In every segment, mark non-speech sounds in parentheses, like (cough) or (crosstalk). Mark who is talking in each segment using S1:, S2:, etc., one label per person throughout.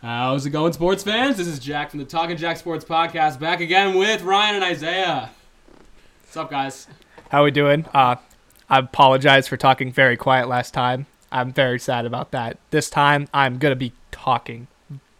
S1: How's it going, sports fans? This is Jack from the Talking Jack Sports Podcast, back again with Ryan and Isaiah. What's up, guys?
S2: How we doing? Uh, I apologize for talking very quiet last time. I'm very sad about that. This time, I'm gonna be talking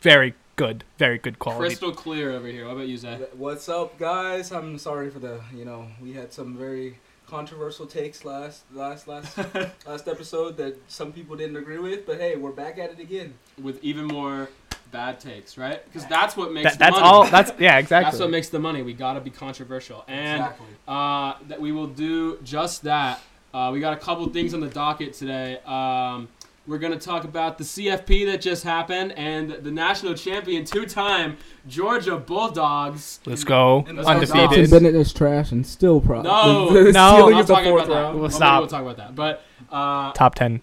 S2: very good, very good quality.
S1: Crystal clear over here. What about you, Zay?
S3: What's up, guys? I'm sorry for the you know we had some very controversial takes last last last
S1: (laughs)
S3: last episode that some people didn't agree with, but hey, we're back at it again.
S1: With even more bad takes, right? Because that's what makes
S2: That-
S1: the
S2: that's
S1: money.
S2: all.
S1: (laughs)
S2: That's yeah, exactly.
S1: That's what makes the money. We gotta be controversial, and
S3: Exactly.
S1: uh, that we will do just that. Uh, we got a couple things on the docket today. Um, we're gonna talk about the CFP that just happened and the national champion, two-time Georgia Bulldogs.
S2: Let's go
S3: And let's go
S2: undefeated.
S3: Dogs.
S4: Bennett is trash and still pro.
S1: No,
S4: (laughs) Still
S2: No,
S4: gets
S1: I'm
S4: the
S1: talking
S4: fourth
S1: about that.
S4: round.
S1: Well, maybe
S2: stop.
S1: We'll talk about that, but uh,
S2: Top ten.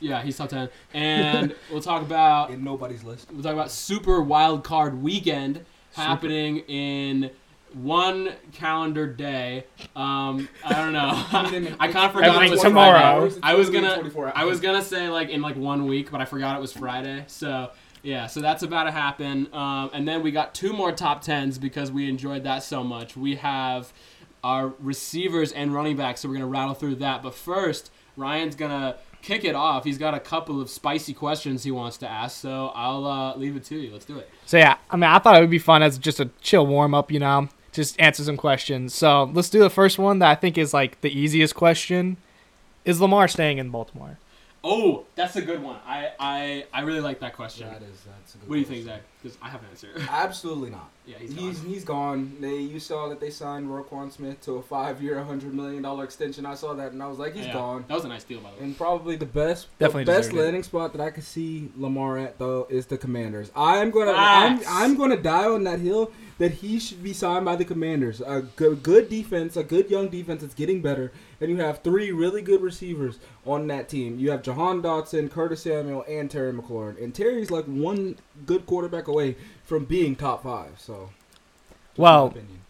S1: yeah, he's top ten,
S4: (laughs)
S1: and we'll talk about
S3: In nobody's list.
S1: we'll talk about Super Wild Card Weekend happening in one calendar day. Um, I don't (laughs) know. I kind of forgot
S2: Every
S1: it was
S2: tomorrow.
S1: Friday.
S3: Hours, it's
S1: I was
S3: literally
S1: gonna-
S3: 24 hours.
S1: I was gonna say like in like one week, but I forgot it was Friday. So yeah, so that's about to happen. Um, and then we got two more top tens because we enjoyed that so much. We have our receivers and running backs, so we're gonna rattle through that. But first, Ryan's gonna kick it off. He's got a couple of spicy questions he wants to ask, so I'll uh, leave it to you. Let's do it.
S2: So yeah, I mean, I thought it would be fun as just a chill warm up, you know, just answer some questions. So let's do the first one that I think is like the easiest question: Is Lamar staying in Baltimore?
S1: Oh, that's a good one. I I, I really like that question.
S3: That is that's a good
S1: What do you think,
S3: question.
S1: Zach? Because I have an answer.
S3: Absolutely not.
S1: yeah, he's
S3: He's
S1: gone.
S3: he's, gone. They you saw that they signed Roquan Smith to a five year, hundred million dollar extension. I saw that and I was like, he's
S1: Yeah.
S3: gone.
S1: That was a nice deal, by the way.
S3: And probably the best,
S2: Definitely
S3: the best
S2: deserved it.
S3: landing spot that I could see Lamar at though is the Commanders. I'm gonna,
S1: Facts.
S3: I'm, I'm gonna die on that hill that he should be signed by the Commanders. A good, good defense, a good young defense that's getting better, and you have three really good receivers on that team. You have Jahan Dotson, Curtis Samuel, and Terry McLaurin. And Terry's like one good quarterback away from being top five. So, just my
S2: Well,
S3: opinion.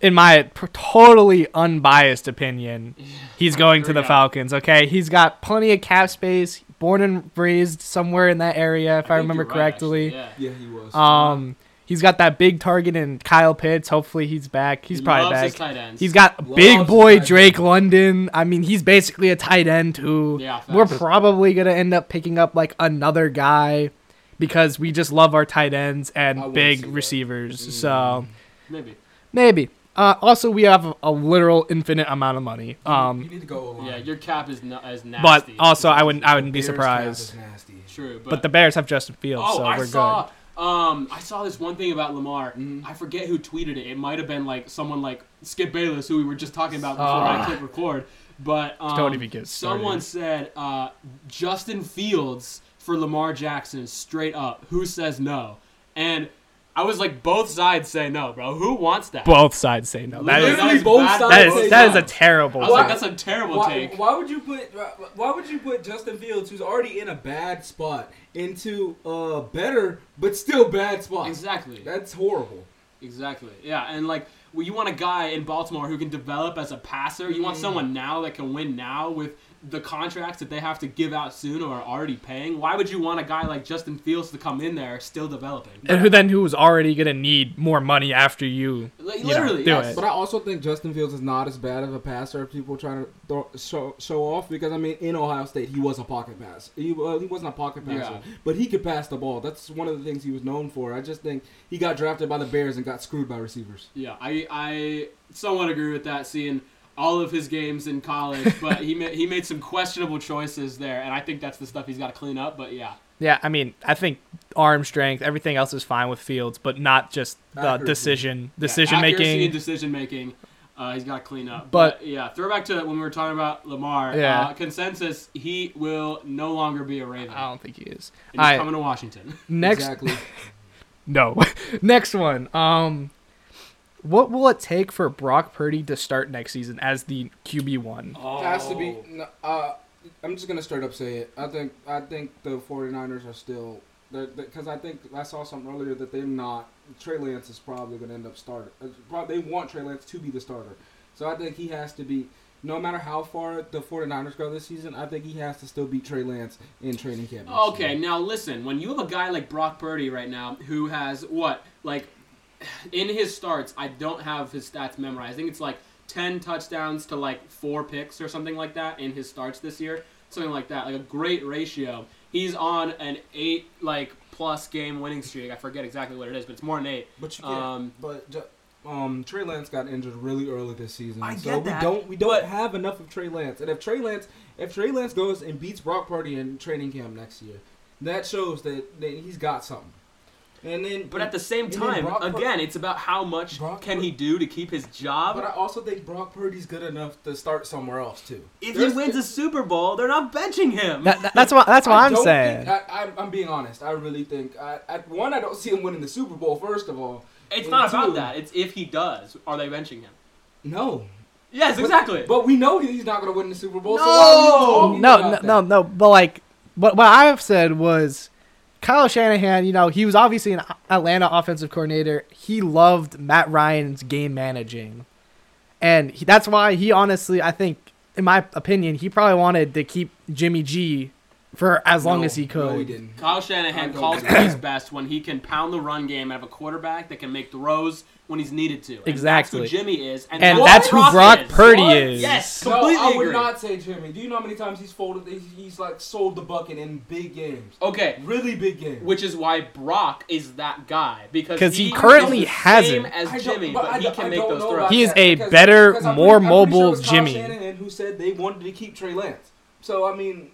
S2: in my p- totally unbiased opinion, he's going to
S1: Here we
S2: the
S1: go.
S2: Falcons. Okay, he's got plenty of cap space. Born and raised somewhere in that area, if I,
S1: think
S2: remember
S1: you're right,
S2: correctly.
S1: actually, yeah.
S3: yeah, he was.
S2: Um, he's got that big target in Kyle Pitts. Hopefully, he's back. He's
S1: He
S2: probably
S1: loves
S2: back.
S1: his tight ends.
S2: He's got
S3: Loves
S2: big
S3: his
S2: boy
S3: tight end.
S2: Drake London. I mean, he's basically a tight end who
S1: Yeah,
S2: we're
S1: facts.
S2: probably gonna end up picking up like another guy because we just love our tight ends
S3: I
S2: and
S3: wouldn't see
S2: big
S3: that.
S2: receivers.
S1: Mm-hmm.
S3: Mm.
S2: So
S1: maybe.
S2: maybe. Uh, also, we have a, a literal infinite amount of money.
S3: you
S2: Um,
S3: need to go. O-line.
S1: Yeah, your cap is not as
S2: but
S1: Mm-hmm. nasty.
S2: also, I wouldn't I wouldn't be
S3: Bears cap
S2: surprised.
S3: is nasty.
S1: true. But,
S2: But the Bears have Justin Fields,
S1: oh,
S2: so
S1: I
S2: we're
S1: saw.
S2: good.
S1: Um, I saw this one thing about Lamar.
S3: Mhm.
S1: I forget who tweeted it. It might have been like someone like Skip Bayless, who we were just talking about before I
S2: Ah.
S1: clicked record. But um,
S2: Don't even get started.
S1: someone said uh, Justin Fields for Lamar Jackson straight up. Who says no? And I was like, both sides say no, bro. Who wants that?
S2: Both sides say no. That is
S3: Literally
S1: That was
S3: both
S1: bad-
S2: that
S3: both
S2: is that is a
S3: sides.
S1: I
S2: terrible.
S1: was like,
S2: take.
S1: that's a terrible
S3: Why,
S1: take.
S3: why would you put why would you put Justin Fields, who's already in a bad spot, into a better but still bad spot?
S1: Exactly.
S3: That's horrible.
S1: Exactly. Yeah, and like well, you want a guy in Baltimore who can develop as a passer. You want someone now that can win now with the contracts that they have to give out soon or are already paying. Why would you want a guy like Justin Fields to come in there still developing?
S2: and who then who's already gonna need more money after you,
S1: Li-
S2: you know,
S1: literally,
S2: do
S1: yes.
S2: it.
S3: But I also think Justin Fields is not as bad of a passer if people trying to throw, show, show off because I mean in Ohio State he was a pocket pass. He, wa- he wasn't a pocket passer,
S1: Yeah.
S3: but he could pass the ball. That's one of the things he was known for. I just think he got drafted by the Bears and got screwed by receivers.
S1: Yeah, I I somewhat agree with that. Seeing all of his games in college, but
S2: (laughs)
S1: he ma- he made some questionable choices there, and I think that's the stuff he's got to clean up. But yeah,
S2: Yeah, I mean, I think arm strength, everything else is fine with Fields, but not just the
S3: Accuracy.
S2: decision
S1: Yeah,
S2: decision
S1: accuracy
S2: making.
S1: and decision making. Uh, he's got to clean up. But,
S2: But-
S1: yeah, throwback to when we were talking about Lamar.
S2: Yeah.
S1: Uh, consensus: he will no longer be a Raven.
S2: I don't think he is.
S1: and he's
S2: All right,
S1: coming to Washington.
S2: next
S3: exactly.
S2: no, (laughs) next one. Um, what will it take for Brock Purdy to start next season as the QB one?
S1: Oh.
S3: has to be. no, Uh, I'm just gonna straight up say it. I think I think the 49ers are still because I think I saw something earlier that they're not. Trey Lance is probably gonna end up starter. uh, prob- They want Trey Lance to be the starter, so I think he has to be. no matter how far the 49ers go this season, I think he has to still beat Trey Lance in training camp. next
S1: Okay,
S3: year.
S1: now listen. When you have a guy like Brock Purdy right now, who has what like in his starts, I don't have his stats memorized. I think it's like ten touchdowns to like four picks or something like that in his starts this year, something like that. Like a great ratio. He's on an eight like plus game winning streak. I forget exactly what it is, but it's more than eight.
S3: But you can't.
S1: Um,
S3: but ju- um, Trey Lance got injured really early this season.
S1: I
S3: so
S1: get
S3: we
S1: that,
S3: don't we don't
S1: but-
S3: have enough of Trey Lance. And if Trey Lance if Trey Lance goes and beats Brock Purdy in training camp next year, that shows that, that he's got something. And then
S1: but at the same
S3: And then
S1: time,
S3: Brock Pur-
S1: again, it's about how much
S3: Brock
S1: can
S3: Pur-
S1: he do to keep his job.
S3: But I also think Brock Purdy's good enough to start somewhere else too.
S1: if he
S3: There's-
S1: wins a Super Bowl, they're not benching him.
S2: That, that- that's what that's what
S3: I
S2: I'm
S3: don't
S2: saying.
S3: Think, I, I'm, I'm being honest. I really think I, I, one, I don't see him winning the Super Bowl. First of all,
S1: it's
S3: and
S1: not about
S3: two-
S1: that. It's if he does, are they benching him?
S3: No,
S1: Yes, exactly.
S3: But, but we know he's not going to win the Super Bowl. So
S1: No!
S3: why are
S2: no,
S3: we even talking
S2: no,
S3: about
S2: no,
S3: that?
S2: no. But like, what what I've said was, Kyle Shanahan. You know, he was obviously an Atlanta offensive coordinator. He loved Matt Ryan's game managing, and he, that's why he honestly, I think, in my opinion, he probably wanted to keep Jimmy G for as long
S3: No,
S2: as he could.
S3: No, he didn't.
S1: Kyle
S3: I
S1: Shanahan
S3: don't
S1: calls
S3: know.
S1: for his best when he can pound the run game out of a quarterback that can make throws when he's needed to. And
S2: Exactly.
S1: That's who Jimmy is, and,
S2: And
S3: What?
S2: that's who Brock
S1: is.
S2: Purdy
S3: What?
S2: is.
S1: Yes,
S3: No,
S1: completely
S3: I would
S1: agree.
S3: not say Jimmy. Do you know how many times he's folded? he's- He's like sold the bucket in big games,
S1: Okay,
S3: really big games.
S1: which is why Brock is that guy because
S2: 'Cause he
S1: is
S2: currently
S1: the
S2: hasn't.
S1: same as
S3: I don't-
S1: Jimmy,
S3: but
S1: but,
S3: I
S1: he
S3: don't- I
S1: can make
S3: don't
S1: those
S3: know
S1: throws.
S3: about
S2: He is
S3: that
S2: a
S3: because-
S2: better,
S3: because I'm
S2: more
S3: pretty- I'm pretty sure it
S2: mobile
S3: was Kyle
S2: Jimmy.
S3: Shanahan who said they wanted to keep Trey Lance. So I mean,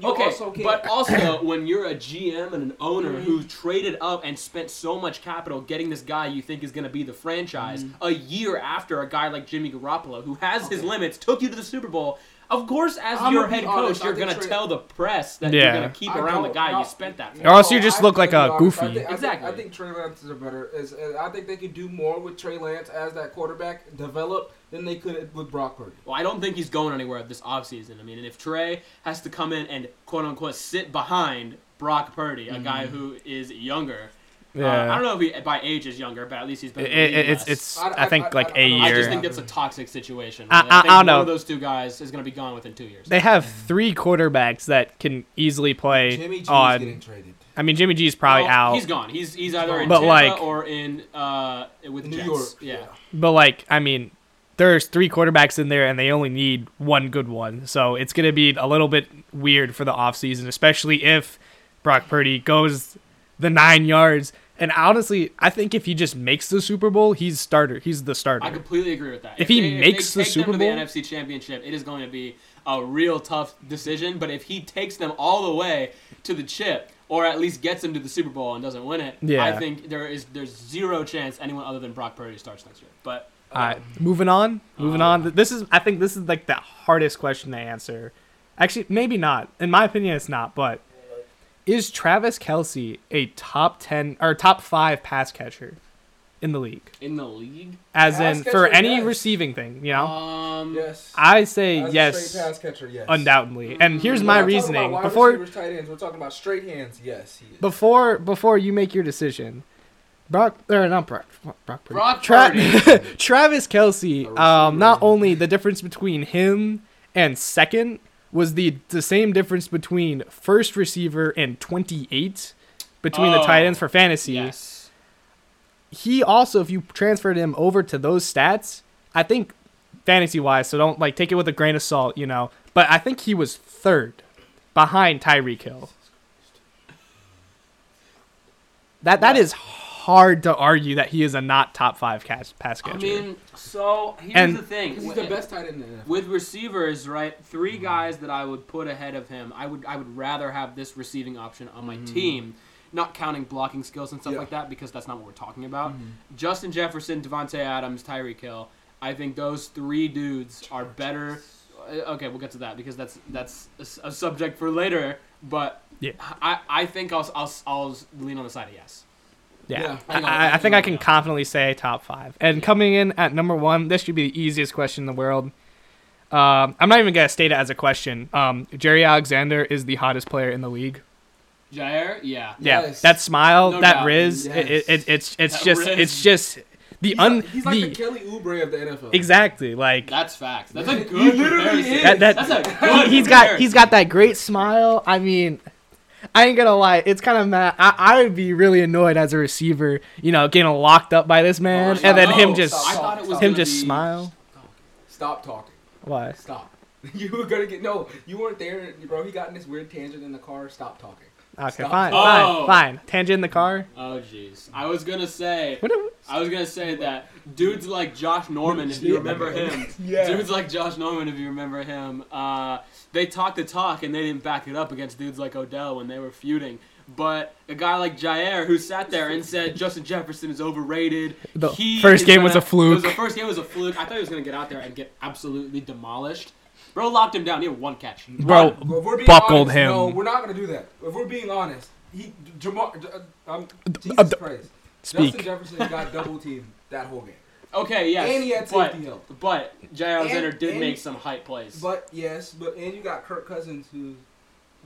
S3: you
S1: Okay,
S3: also can't. (coughs)
S1: but also when you're a GM and an owner
S3: Mhm.
S1: who traded up and spent so much capital getting this guy you think is going to be the franchise a year after a guy like Jimmy Garoppolo who has his
S3: Mm-hmm. Okay.
S1: limits took you to the Super Bowl. Of course, as
S3: I'm
S1: your
S3: gonna be
S1: head
S3: honest,
S1: coach, you're
S3: I think
S1: going to
S3: Trey-
S1: tell the press that
S2: Yeah.
S1: you're going to keep
S3: I
S1: around the
S3: don't-
S1: guy
S3: no.
S1: you spent that. For.
S2: Or else you just
S3: I
S2: look like
S3: really
S2: a
S3: are.
S2: goofy.
S3: I think, I
S1: Exactly.
S3: Think, I think Trey Lance is a better. Is, uh, I think they could do more with Trey Lance as that quarterback develop than they could with Brock Purdy.
S1: Well, I don't think he's going anywhere this offseason. I mean, and if Trey has to come in and quote unquote sit behind Brock Purdy, a guy
S3: Mm-hmm.
S1: who is younger. uh, I don't know if he by age is younger, but at least he's been.
S2: It-
S1: in the league
S2: it- it's
S1: less.
S2: it's
S3: I-
S2: I,
S3: I-
S2: think
S3: I-
S2: like
S3: I-
S2: a
S3: I
S1: I
S2: year.
S1: just think that's a toxic situation.
S2: I-
S1: I,
S2: I-
S1: think
S2: I don't
S1: one
S2: know.
S1: of those two guys is going to be gone within two years.
S2: they have three quarterbacks that can easily play
S3: Jimmy G's getting
S2: on.
S3: traded.
S2: I mean, Jimmy G's probably
S1: Well,
S2: out.
S1: He's gone. He's he's either in
S2: But,
S1: Tampa
S2: like-
S1: or in uh with the
S3: New
S1: Jets.
S3: York.
S1: Yeah.
S2: But like, I mean, there's three quarterbacks in there, and they only need one good one. So it's gonna be a little bit weird for the offseason, especially if Brock Purdy goes the nine yards. And honestly, I think if he just makes the Super Bowl, he's starter. He's the starter.
S1: I completely agree with that.
S2: If he
S1: they-
S2: makes
S1: they
S2: the
S1: take
S2: Super
S1: them
S2: Bowl-
S1: to the NFC Championship, it is going to be a real tough decision. But if he takes them all the way to the chip, or at least gets them to the Super Bowl and doesn't win it, I
S2: Yeah.
S1: think there is there's zero chance anyone other than Brock Purdy starts next year. But
S2: All right, Uh, moving on. Moving on. This is, I think, this is like the hardest question to answer. Actually, maybe not. In my opinion, it's not. But is Travis Kelsey a top ten or top five pass catcher in the league?
S1: in the league,
S2: As
S3: Pass
S2: in for
S3: catcher,
S2: any
S3: yes.
S2: receiving thing, you know.
S1: um,
S3: Yes.
S2: I say
S3: As a
S2: yes,
S3: Straight pass catcher. Yes.
S2: undoubtedly. And here's
S3: We're
S2: my
S3: not talking about
S2: reasoning.
S3: wide
S2: Before
S3: receivers, tight ends, we're talking about straight hands. Yes. He is.
S2: before before you make your decision, Brock or not Brock Brock Purdy.
S1: Brock
S2: Tra-
S1: Purdy.
S2: (laughs) Travis Kelsey.
S1: Oh,
S2: Um, not only the difference between him and second was the the same difference between first receiver and twenty eight between the
S1: Oh,
S2: tight ends for fantasy.
S1: yes.
S2: He also, if you transferred him over to those stats, I think fantasy wise, so don't like take it with a grain of salt, you know. But I think he was third behind Tyreek Hill. That that is hard to argue that he is a not top five cas- pass catcher.
S1: I mean, so here's
S2: And-
S1: the thing.
S3: 'Cause he's the best tight end in the NFL.
S1: With receivers, right? Three guys that I would put ahead of him. I would I would rather have this receiving option on
S2: Mm-hmm.
S1: my team, not counting blocking skills and stuff
S3: Yeah.
S1: like that because that's not what we're talking about.
S2: Mm-hmm.
S1: Justin Jefferson, Devontae Adams, Tyreek Hill. I think those three dudes are better. uh, Okay, we'll get to that because that's that's a s- a, subject for later. But
S2: Yeah.
S1: I, I think I'll, I'll I'll lean on the side of yes.
S2: yeah,
S3: yeah.
S2: I, I, I think I can confidently say top five. And coming in at number one, this should be the easiest question in the world. Um, I'm not even gonna state it as a question. Um, Jerry Alexander is the hottest player in the league.
S1: Jair, yeah.
S2: Yeah,
S3: Yes.
S2: that smile,
S1: No
S2: that
S1: doubt.
S2: riz,
S3: Yes.
S2: it, it, it's it's
S1: That
S2: just
S1: riz.
S2: it's just the
S3: He's
S2: un
S3: like, he's like the,
S2: the-
S3: Kelly Oubre of the NFL.
S2: exactly like
S1: That's facts. That's a good.
S3: literally
S1: comparison.
S3: is.
S2: that, that,
S1: That's a good.
S2: he's got he's got that great smile. I mean, I ain't gonna lie, it's kind of mad. I, I would be really annoyed as a receiver, you know, getting locked up by this man,
S3: Oh,
S2: and then
S3: no,
S2: him just
S1: I thought it was
S2: him
S1: gonna
S2: just
S1: be-
S2: smile.
S3: Stop talking.
S2: Why?
S3: Stop. (laughs) You were gonna get no. You weren't there, bro. He got in this weird tangent in the car. Stop talking.
S2: Okay,
S3: Stop.
S2: fine,
S1: Oh.
S2: fine, fine. Tangent in the car.
S1: Oh jeez. I was gonna say.
S2: What? a-
S1: I was gonna say that dudes like Josh Norman, if you remember him,
S3: Yeah.
S1: dudes like Josh Norman, if you remember him, uh, they talked the talk and they didn't back it up against dudes like Odell when they were feuding. But a guy like Jair, who sat there and said Justin Jefferson is overrated,
S2: The
S1: he
S2: first
S1: is
S2: game was
S1: gonna-
S2: a fluke.
S1: it was- The first game was a fluke. I thought he was gonna get out there and get absolutely demolished. Bro locked him down. He had one catch.
S2: Bro,
S1: One.
S3: But if we're being
S2: buckled
S3: honest,
S2: him.
S3: No, we're not gonna do that. If we're being honest, he Jamar. J- uh, Um, Jesus
S2: uh, d-
S3: Christ. Justin
S2: Speak.
S3: Jefferson
S2: (laughs)
S3: got double teamed that whole game.
S1: Okay, yes,
S3: And he had
S1: but
S3: safety help.
S1: but Jair Alexander
S3: And-
S1: did
S3: and-
S1: make some hype plays.
S3: But yes, but and you got Kirk Cousins who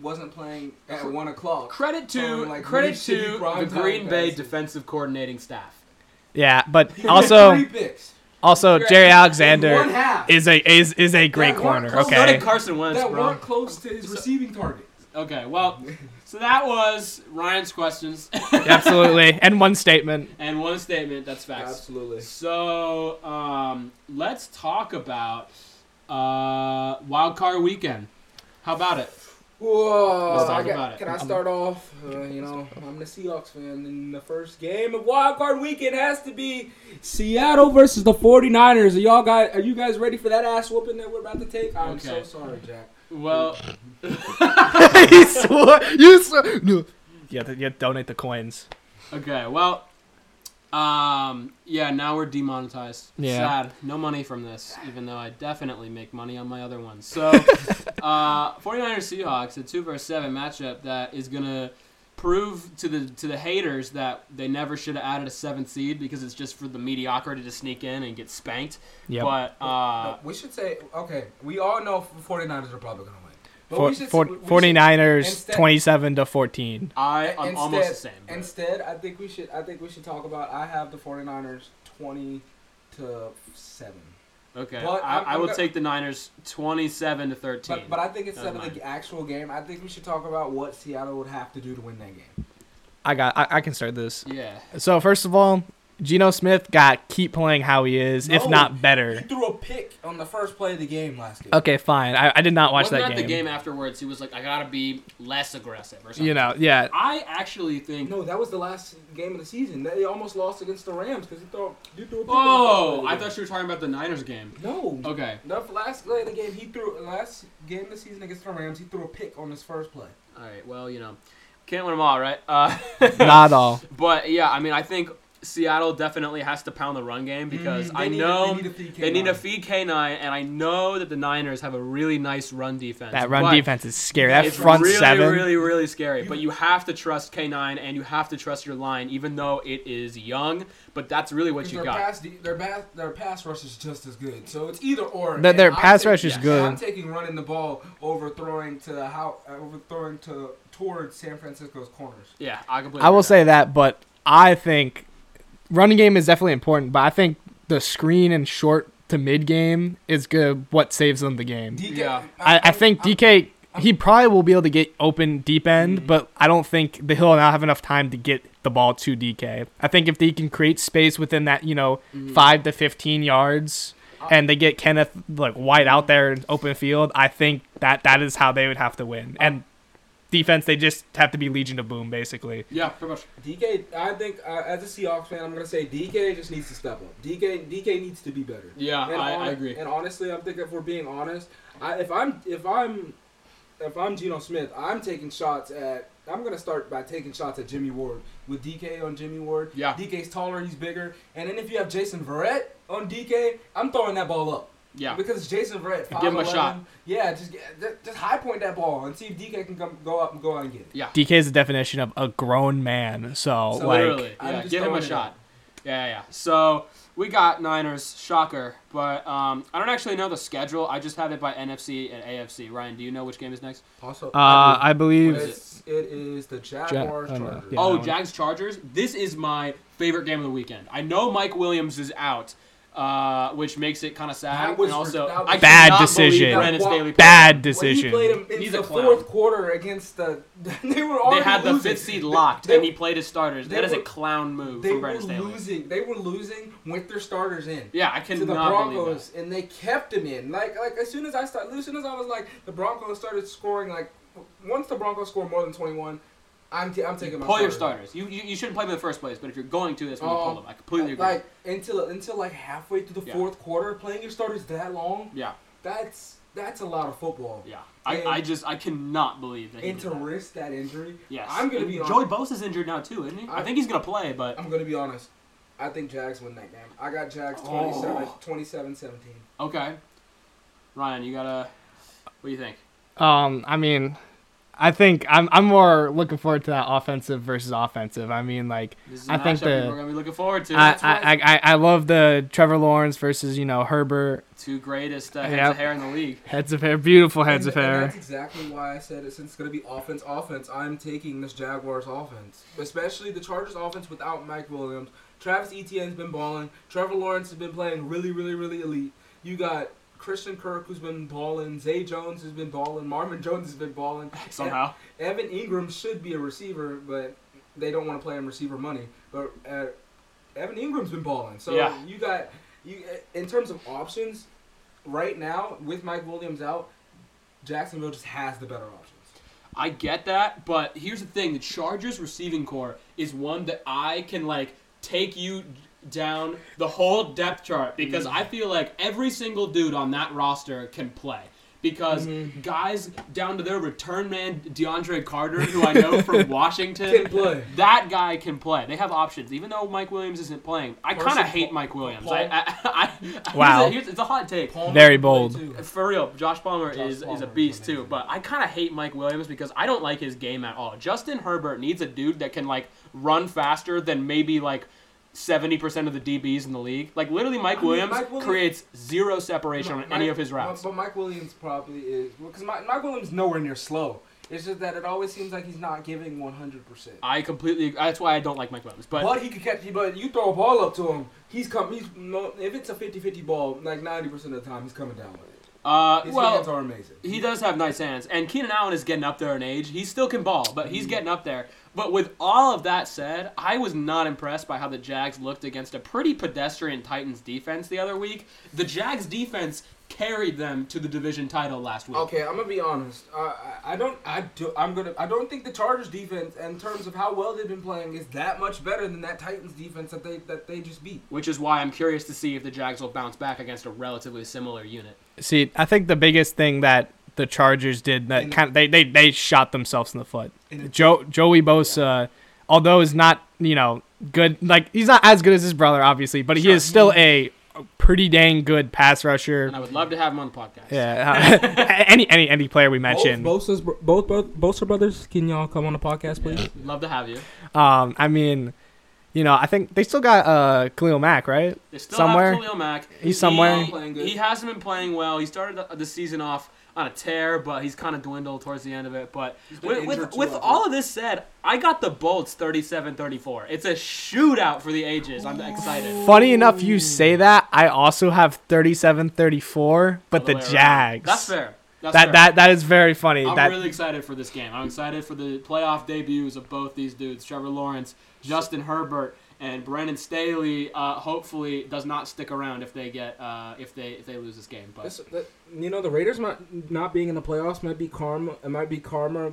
S3: wasn't playing at one o'clock.
S1: Credit to
S3: Um, like,
S1: credit
S3: really shitty
S1: to the
S3: prime time
S1: Green Bay
S3: passes.
S1: defensive coordinating staff.
S2: Yeah, but
S3: He
S2: (laughs)
S3: had
S2: also
S3: three picks.
S2: also Jerry
S3: In one
S2: Alexander
S3: half.
S2: is a is is a great
S3: Yeah,
S2: corner.
S3: Mark
S1: So (laughs)
S2: Okay.
S1: did Carson Wentz,
S3: that
S1: bro.
S3: weren't close to his receiving target.
S1: Okay, well, so that was Ryan's questions (laughs)
S2: Absolutely. And one statement.
S1: and one statement. That's facts.
S3: Absolutely.
S1: So um, let's talk about uh, Wild Card Weekend. How about it?
S3: Whoa,
S1: Let's talk
S3: I got-
S1: about it.
S3: Can I start off? Uh, you know, I'm the Seahawks fan, and the first game of Wild Card Weekend has to be Seattle versus the 49ers. Are y'all guys, are you guys ready for that ass whooping that we're about to take? I'm so
S1: Okay.
S3: sorry, Jack.
S1: Well,
S2: he swore. You swore. No. You have to, you have to donate the coins.
S1: okay, well, um, yeah. Now we're demonetized.
S2: Yeah.
S1: Sad. No money from this, even though I definitely make money on my other ones.
S2: (laughs)
S1: So, uh, 49ers Seahawks, a two versus seven matchup that is gonna prove to the to the haters that they never should have added a seventh seed because it's just for the mediocrity to sneak in and get spanked.
S2: Yep.
S1: But uh,
S3: No, we should say, okay, we all know 49ers are probably going to win. But
S2: For,
S3: we should-
S2: for,
S3: we should-
S2: 49ers
S3: instead-
S2: 27 to 14.
S1: I
S3: instead-
S1: I'm almost the same. but-
S3: Instead, I think we should, I think we should talk about, I have the 49ers 20 to 7.
S1: okay,
S3: but
S1: I,
S3: I'm-
S1: I
S3: I'm
S1: will
S3: go-
S1: take the Niners twenty-seven to thirteen.
S3: But, but I think instead
S1: Doesn't
S3: of
S1: matter.
S3: the actual game, I think we should talk about what Seattle would have to do to win that game.
S2: I got. I, I can start this.
S1: yeah,
S2: So first of all, Geno Smith got keep playing how he is, if
S3: No.
S2: not
S3: He
S2: better.
S3: threw a pick on the first play of the game last game.
S2: Okay, fine. I, I did not watch
S1: wasn't
S2: that,
S1: that
S2: game.
S1: the game afterwards? He was like, I gotta be less aggressive or something.
S2: You know, yeah.
S1: I actually think.
S3: No, that was the last game of the season. They almost lost against the Rams because he threw, he threw a pick.
S1: Oh,
S3: on the
S1: I
S3: first
S1: thought you were talking about the Niners game.
S3: play of the game. No.
S1: Okay,
S3: The last play of the game, he threw last game of the season against the Rams. He threw a pick on his first play.
S1: all right. Well, you know, can't win them all, right? Uh,
S2: (laughs) Not all.
S1: (laughs) but yeah, I mean, I think Seattle definitely has to pound the run game because
S3: Mhm. They
S1: I
S3: need-
S1: know
S3: they need a PK
S1: they need a
S3: line.
S1: feed K nine, and I know that the Niners have a really nice run defense.
S2: That run
S1: but
S2: defense is scary. That
S1: it's
S2: front
S1: really,
S2: seven.
S1: really, really scary. But you have to trust K nine, and you have to trust your line, even though it is young. But that's really what you
S3: their
S1: got.
S3: pass, de- their pass, their pass rush is just as good. So it's either or.
S2: Their- their
S3: And I'm
S2: pass
S3: taking-
S2: rush is
S3: and
S2: good.
S3: I'm taking running the ball over throwing to the how over throwing to toward San Francisco's corners.
S1: Yeah, I completely.
S2: I
S1: agree
S2: will
S1: with that.
S2: say that, but I think running game is definitely important, but I think the screen and short to mid game is good what saves them the game.
S3: DK,
S1: Yeah.
S2: I, I think
S3: I'm-
S2: DK he probably will be able to get open deep end, but I don't think that he'll now have enough time to get the ball to DK. I think if they can create space within that, you know, five to fifteen yards and they get Kenneth like wide out there in open field, I think that that is how they would have to win. And defense they just have to be Legion of Boom basically.
S1: Yeah, pretty much.
S3: DK, I think uh, as a Seahawks fan, I'm gonna say DK just needs to step up. DK, DK needs to be better.
S1: Yeah,
S3: And
S1: I, I
S3: hon-
S1: agree.
S3: And honestly, I'm thinking if we're being honest, I, if I'm if I'm if I'm Geno Smith, I'm taking shots at. I'm gonna start by taking shots at Jimmy Ward with DK on Jimmy Ward.
S1: Yeah.
S3: DK's taller, he's bigger, and then if you have Jason Verrett on DK, I'm throwing that ball up.
S1: Yeah.
S3: Because Jason Verrett,
S1: Give him a
S3: 5'11",
S1: shot.
S3: Yeah, just get- just- just high point that ball and see if DK can come, go up and go out and get it.
S2: DK is the definition of a grown man. So,
S3: So
S2: like,
S1: Literally,
S3: I'm
S1: yeah.
S3: just
S1: Give him a
S3: throwing it
S1: shot.
S3: out.
S1: Yeah, yeah, yeah. So we got Niners, shocker, but um, I don't actually know the schedule. I just have it by NFC and AFC. Ryan, do you know which game is next?
S3: Also,
S2: uh, I believe
S1: is it?
S3: It's, it is the Jaguars
S2: oh, no.
S3: Chargers.
S2: Yeah,
S1: oh,
S2: that one.
S1: Jags Chargers. This is my favorite game of the weekend. I know Mike Williams is out, uh, which makes it kind of sad.
S3: That was
S1: and also,
S3: for- that was-
S1: I
S2: Bad
S1: cannot
S2: decision.
S1: Believe Brandon Staley played.
S2: Bad
S3: When he
S2: decision.
S3: played him in
S1: He's a
S3: the
S1: clown.
S3: fourth quarter against the. (laughs) They were
S1: They
S3: already
S1: had the
S3: losing.
S1: fifth seed locked,
S3: They-
S1: and he played his starters.
S3: they
S1: That is a
S3: were-
S1: clown move
S3: They
S1: from
S3: were
S1: Brandon Staley.
S3: losing. They were losing with their starters in.
S1: Yeah, I
S3: to the
S1: cannot believe that.
S3: Broncos, and they kept him in. Like, like as soon as I started, as soon as I was like, the Broncos started scoring. Like, once the Broncos score more than twenty one, I'm, t- I'm taking my.
S1: Pull your
S3: starter.
S1: starters. You, you you shouldn't play them in the first place, but if you're going to, that's when you
S3: Oh,
S1: pull them. I completely agree.
S3: Like until until like halfway through the
S1: Yeah.
S3: fourth quarter, playing your starters that long,
S1: yeah,
S3: that's that's a lot of football.
S1: yeah. I,
S3: And-
S1: I just I cannot believe that. He
S3: And
S1: did
S3: to
S1: that.
S3: risk that injury,
S1: Yes.
S3: I'm gonna
S1: And
S3: be
S1: Joey
S3: honest.
S1: Bosa's injured now too, isn't he? I,
S3: I-
S1: think he's gonna play, but
S3: I'm gonna be honest. I think Jags win that game. I got Jags 27,
S1: Oh.
S3: 27-17.
S1: okay. Ryan, you gotta. What do you think?
S5: Um, I mean, I think I'm I'm more looking forward to that offensive versus offensive. I mean, like
S1: This is a
S5: I think
S1: matchup
S5: the-
S1: people are gonna be looking forward to.
S5: I,
S1: That's right.
S5: I, I I- I love the Trevor Lawrence versus you know Herbert
S1: Two greatest uh, heads
S5: Yep.
S1: of hair in the league.
S5: heads of hair, beautiful heads
S3: and,
S5: of
S3: and
S5: hair.
S3: that's exactly why I said it. Since it's gonna be offense, offense, I'm taking this Jaguars offense, especially the Chargers offense without Mike Williams. Travis Etienne's been balling. Trevor Lawrence has been playing really, really, really elite. You got Christian Kirk who's been balling. Zay Jones has been balling. Marvin Jones has been balling.
S1: Somehow,
S3: Evan Ingram should be a receiver, but they don't want to play him receiver money. But uh, Evan Ingram's been balling, so
S1: Yeah.
S3: you got you uh, in terms of options right now with Mike Williams out, Jacksonville just has the better options.
S1: I get that, but here's the thing: the Chargers receiving core is one that I can like take you down the whole depth chart
S3: Mm.
S1: because I feel like every single dude on that roster can play. Because
S3: Mm-hmm.
S1: guys down to their return man DeAndre Carter, who I know
S3: (laughs)
S1: from Washington,
S3: Can play.
S1: that guy can play. They have options, even though Mike Williams isn't playing. I
S3: Carson
S1: kind of hate
S3: Paul-
S1: Mike Williams.
S3: Paul-
S1: I, I, (laughs) I,
S2: Wow.
S1: here's a- here's- it's a hot take.
S3: Palmer
S2: Very
S3: can play
S2: bold.
S3: too.
S1: For real, Josh Palmer
S3: Josh
S1: is is
S3: Palmer
S1: a
S3: is
S1: beast
S3: amazing.
S1: too, but I kind of hate Mike Williams because I don't like his game at all. Justin Herbert needs a dude that can like run faster than maybe like. 70% of the DBs in the league. Like, literally, Mike
S3: I mean,
S1: Williams,
S3: Mike Williams-
S1: creates zero separation on any
S3: Mike-
S1: of his routes.
S3: But Mike Williams probably is because Mike, Mike Williams nowhere near slow. It's just that it always seems like he's not giving one hundred percent.
S1: I completely. That's why I don't like Mike Williams. But
S3: But he could catch. But you throw a ball up to him, he's come. He's no, if it's a 50-50 ball, like ninety percent of the time, he's coming down with it.
S1: uh,
S3: His
S1: well,
S3: hands are amazing.
S1: He does have nice hands, and Keenan Allen is getting up there in age. He still can ball, but he's getting up there. But with all of that said, I was not impressed by how the Jags looked against a pretty pedestrian Titans defense the other week. The Jags defense carried them to the division title last week.
S3: Okay, I'm gonna be honest. I, I I don't. I do. I'm gonna. I don't think the Chargers defense, in terms of how well they've been playing, is that much better than that Titans defense that they that they just beat.
S1: Which is why I'm curious to see if the Jags will bounce back against a relatively similar unit.
S2: See, I think the biggest thing that the Chargers did that
S3: And-
S2: kind of, they, they they shot themselves in the foot.
S3: And it-
S2: Joe Joey Bosa, although is not you know good like he's not as good as his brother obviously, but he
S1: Sure.
S2: is still a pretty dang good pass rusher.
S1: And I would love to have him on the podcast.
S2: Yeah, (laughs) uh, any any any player we mention.
S3: Both Bosa's, bro- both both Bosa brothers, can y'all come on the podcast, please?
S1: Love to have you.
S2: Um, I mean, you know, I think they still got uh Khalil Mack, right?
S1: They still
S2: Somewhere.
S1: have Khalil Mack.
S2: He's somewhere.
S1: He,
S3: Playing good.
S1: he hasn't been playing well. He started the, the season off on a tear, but he's kind of dwindled towards the end of it. But
S3: been
S1: with,
S3: injured
S1: with,
S3: too,
S1: with
S3: I think.
S1: all of this said, I got the Bolts 37-34. It's a shootout for the ages. I'm excited.
S2: Funny enough, you say that. I also have 37-34, but the
S1: Other way around.
S2: Jags.
S1: That's fair. That's
S2: that
S1: fair.
S2: that that is very funny.
S1: I'm
S2: that
S1: really excited for this game. I'm excited for the playoff debuts of both these dudes, Trevor Lawrence, Justin Herbert, and Brandon Staley. Uh, hopefully, does not stick around if they get uh, if they if they lose this game. But
S3: That's-
S6: But, you know the Raiders not not being in the playoffs might be karma. It might be karma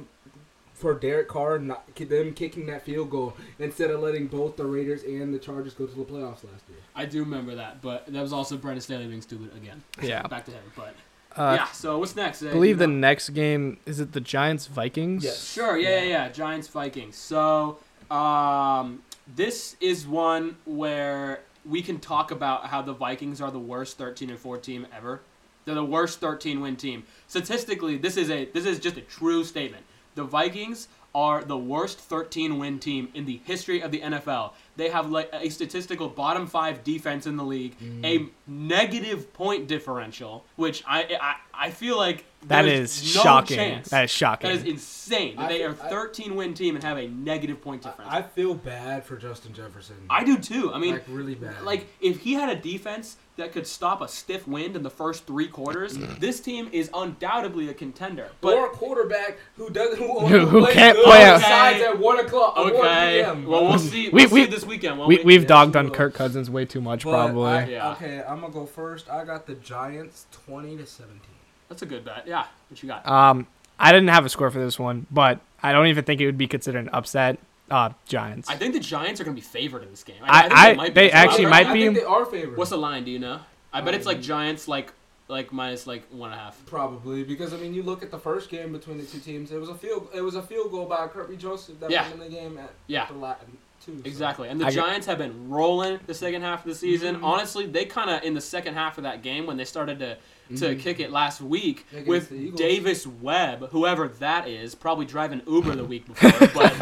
S6: for Derek Carr not them kicking that field goal instead of letting both the Raiders and the Chargers go to the playoffs last year.
S1: I do remember that, but that was also Brandon Staley being stupid again.
S2: yeah.
S1: Back to him, but
S2: Uh,
S1: yeah. So what's next? Uh,
S2: I believe
S1: you
S2: the
S1: know-
S2: next game is it the Giants Vikings?
S6: Yes.
S1: sure, yeah, yeah, yeah. Giants Vikings. So um, this is one where we can talk about how the Vikings are the worst thirteen and four team ever. They're the worst thirteen win team statistically. This is a this is just a true statement. The Vikings are the worst 13 win team in the history of the NFL. They have like a statistical bottom 5 defense in the league, a negative point differential, which I, I I feel like
S2: That
S1: there
S2: is
S1: is no
S2: shocking.
S1: chance.
S2: That is shocking.
S1: That is insane. That
S3: I-
S1: they are
S3: I-
S1: 13 win team and have a negative point difference.
S3: I, I feel bad for Justin Jefferson.
S1: I do too. I mean,
S3: like really bad.
S1: like if he had a defense that could stop a stiff wind in the first three quarters, this team is undoubtedly a contender. But
S3: or a quarterback who
S2: (laughs)
S3: doesn't who,
S2: Who- who
S3: plays
S2: can't
S3: good
S2: play
S3: on
S1: out.
S3: sides at one o'clock. or 1
S1: okay,
S3: p.m.
S1: well we'll see.
S2: We-
S1: We'll see
S2: we-
S1: this weekend. won't
S2: We,
S1: we?
S2: we've dogged on
S3: absolutely.
S2: Kirk Cousins way too much, (laughs)
S3: But
S2: probably.
S3: I-
S1: Yeah.
S3: Okay, I'm gonna go first. I got the Giants twenty to seventeen.
S1: That's a good bet. Yeah. What you got?
S2: Um, I didn't have a score for this one, but I don't even think it would be considered an upset. Uh, Giants.
S1: I think the Giants are going to be favored in this game.
S2: I-
S1: think
S2: I- they
S1: That's what
S2: actually
S1: I
S2: might
S1: heard.
S3: I
S2: be-
S3: think they are favored.
S1: What's the line? Do you know? I bet it's like Giants like like minus like one and a half.
S3: Probably because I mean you look at the first game between the two teams. It was a field. It was a field goal by Kirby Joseph that
S1: Yeah.
S3: won the game at
S1: Yeah.
S3: the Latin too. so.
S1: Exactly. And the
S2: I get-
S1: Giants have been rolling the second half of the season.
S3: Mhm.
S1: Honestly, they kind of in the second half of that game when they started to to
S3: Mm-hmm.
S1: kick it last week
S3: Against the
S1: with
S3: Eagles.
S1: Davis Webb, whoever that is, probably driving Uber the week
S3: (laughs)
S1: before. but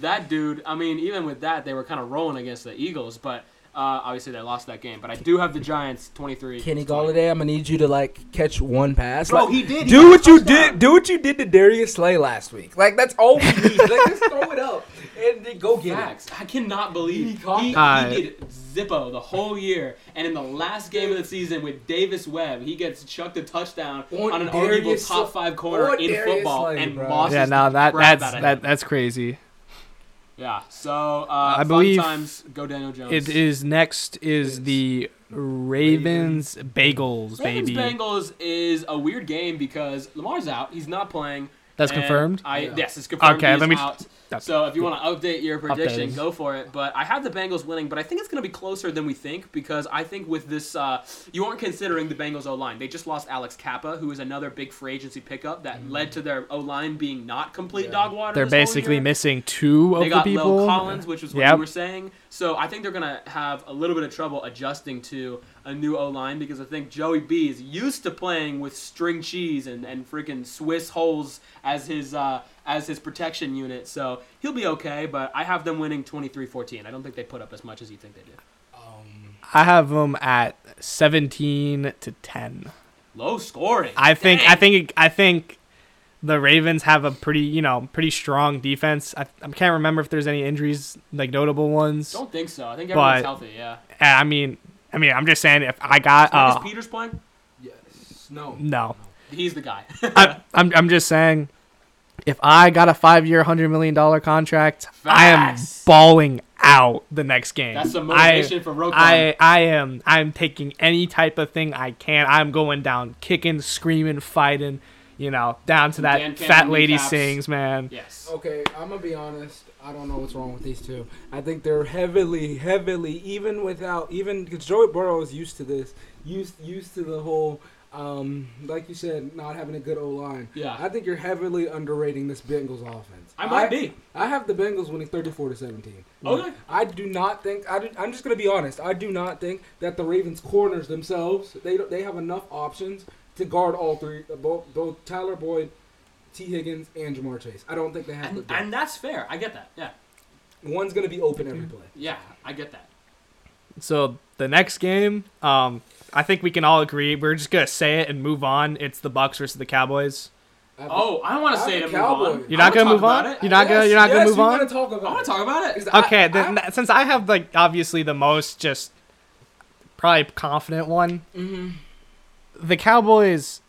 S1: that dude, I mean, even with that, they were kind of rolling against the Eagles. But uh, obviously, they lost that game. But I do have the Giants twenty three.
S3: Kenny Galladay, I'm gonna need you to like catch one pass.
S1: Bro,
S3: Like,
S1: he did. He
S3: do
S1: got
S3: what
S1: a
S3: you
S1: touchdown.
S3: did. Do what you did to Darius Slay last week. Like that's all we need. (laughs) like just throw it up and then go get it.
S1: Facts. I cannot believe he,
S3: He caught
S1: he
S2: that.
S1: did Zippo the whole year, and in the last game of the season with Davis Webb, he gets chucked a touchdown on,
S3: On
S1: an
S3: Darius
S1: arguable
S3: Slay-
S1: top five corner
S3: on
S1: in
S3: Darius
S1: football,
S3: Slay,
S1: and
S3: bro.
S1: bosses
S2: yeah, no,
S1: the
S2: that
S1: crap
S2: that's
S1: out of
S2: that,
S1: him.
S2: that's crazy.
S1: yeah. So uh,
S2: I
S1: fun
S2: believe
S1: times go Daniel Jones.
S2: It is next is the Ravens Bagels,
S1: Ravens
S2: baby.
S1: Bengals is a weird game because Lamar's out; he's not playing.
S2: That's
S1: and
S2: confirmed?
S1: I
S3: Yeah.
S1: yes, it's confirmed.
S2: Okay,
S1: Okay,
S2: let me-
S1: out.
S2: That's-
S1: So if you want to update your prediction,
S2: Updated.
S1: go for it. But I have the Bengals winning, but I think it's going to be closer than we think because I think with this, uh, you aren't considering the Bengals O line. They just lost Alex Kappa, who is another big free agency pickup that led to their O line being not complete
S3: Mm. Yeah.
S1: dog water.
S2: They're
S1: this whole
S2: basically
S1: year.
S2: missing two of
S1: They got
S2: the
S1: Lil
S2: people.
S1: Collins, which is what
S2: Yep.
S1: you were saying. So I think they're gonna have a little bit of trouble adjusting to a new O line because I think Joey B is used to playing with string cheese and, and freaking Swiss holes as his uh, as his protection unit. So he'll be okay, but I have them winning 23-14. I don't think they put up as much as you think they do.
S3: Um,
S2: I have them at seventeen to ten.
S1: Low scoring.
S2: I think I
S1: Dang.
S2: think I think the Ravens have a pretty you know pretty strong defense. I, I can't remember if there's any injuries like notable ones.
S1: don't think so. I think everyone's
S2: But-
S1: healthy. Yeah.
S2: And I mean I mean I'm just saying if I got
S1: Marcus
S2: uh,
S1: Peters playing?
S3: yes. No.
S2: no
S1: He's the guy. (laughs)
S2: I, I'm I'm just saying if I got a five year hundred million dollar contract I am
S1: Facts.
S2: balling out the next game.
S1: That's the
S2: I-
S1: motivation for Roquan.
S2: I I am I'm taking any type of thing I can. I'm going down kicking, screaming, fighting, you know, down
S1: Dan
S2: to that
S1: Campbell
S2: fat lady
S1: kneecaps.
S2: sings, man.
S1: yes.
S3: Okay, I'm gonna be honest. I don't know what's wrong with these two. I think they're heavily, heavily, even without, even because Joey Burrow is used to this, used used to the whole, um, like you said, not having a good O line.
S1: Yeah.
S3: I think you're heavily underrating this Bengals offense.
S1: I might be.
S3: I have the Bengals winning 34 to 17.
S1: Okay.
S3: I do not think. I do, I'm just gonna be honest. I do not think that the Ravens corners themselves. They don't- they have enough options to guard all three, both, both Tyler Boyd, T Higgins, and Jamar Chase. I don't think they have.
S1: And,
S3: the
S1: and Mm. that's fair. I get that. Yeah.
S3: One's gonna be open every play.
S1: Yeah. I get that.
S2: So the next game, um, I think we can all agree we're just gonna say it and move on. It's the Bucks versus the Cowboys.
S3: I have-
S1: Oh, I don't want
S3: I
S1: to
S3: have
S1: say to
S3: the
S1: move
S3: Cowboys.
S1: on.
S2: You're not
S1: I wanna
S2: gonna move
S1: talk about
S2: on?
S1: it.
S2: You're not gonna-
S3: Yes,
S2: you're not gonna
S3: yes,
S2: move
S3: we
S2: on?
S3: wanna talk about
S1: I want
S3: it.
S1: to talk about it.
S3: Because I-
S2: Okay, then
S3: I'm-
S2: that, since I have like obviously the most just probably confident one,
S3: Mhm.
S1: Mm-hmm.
S2: the Cowboys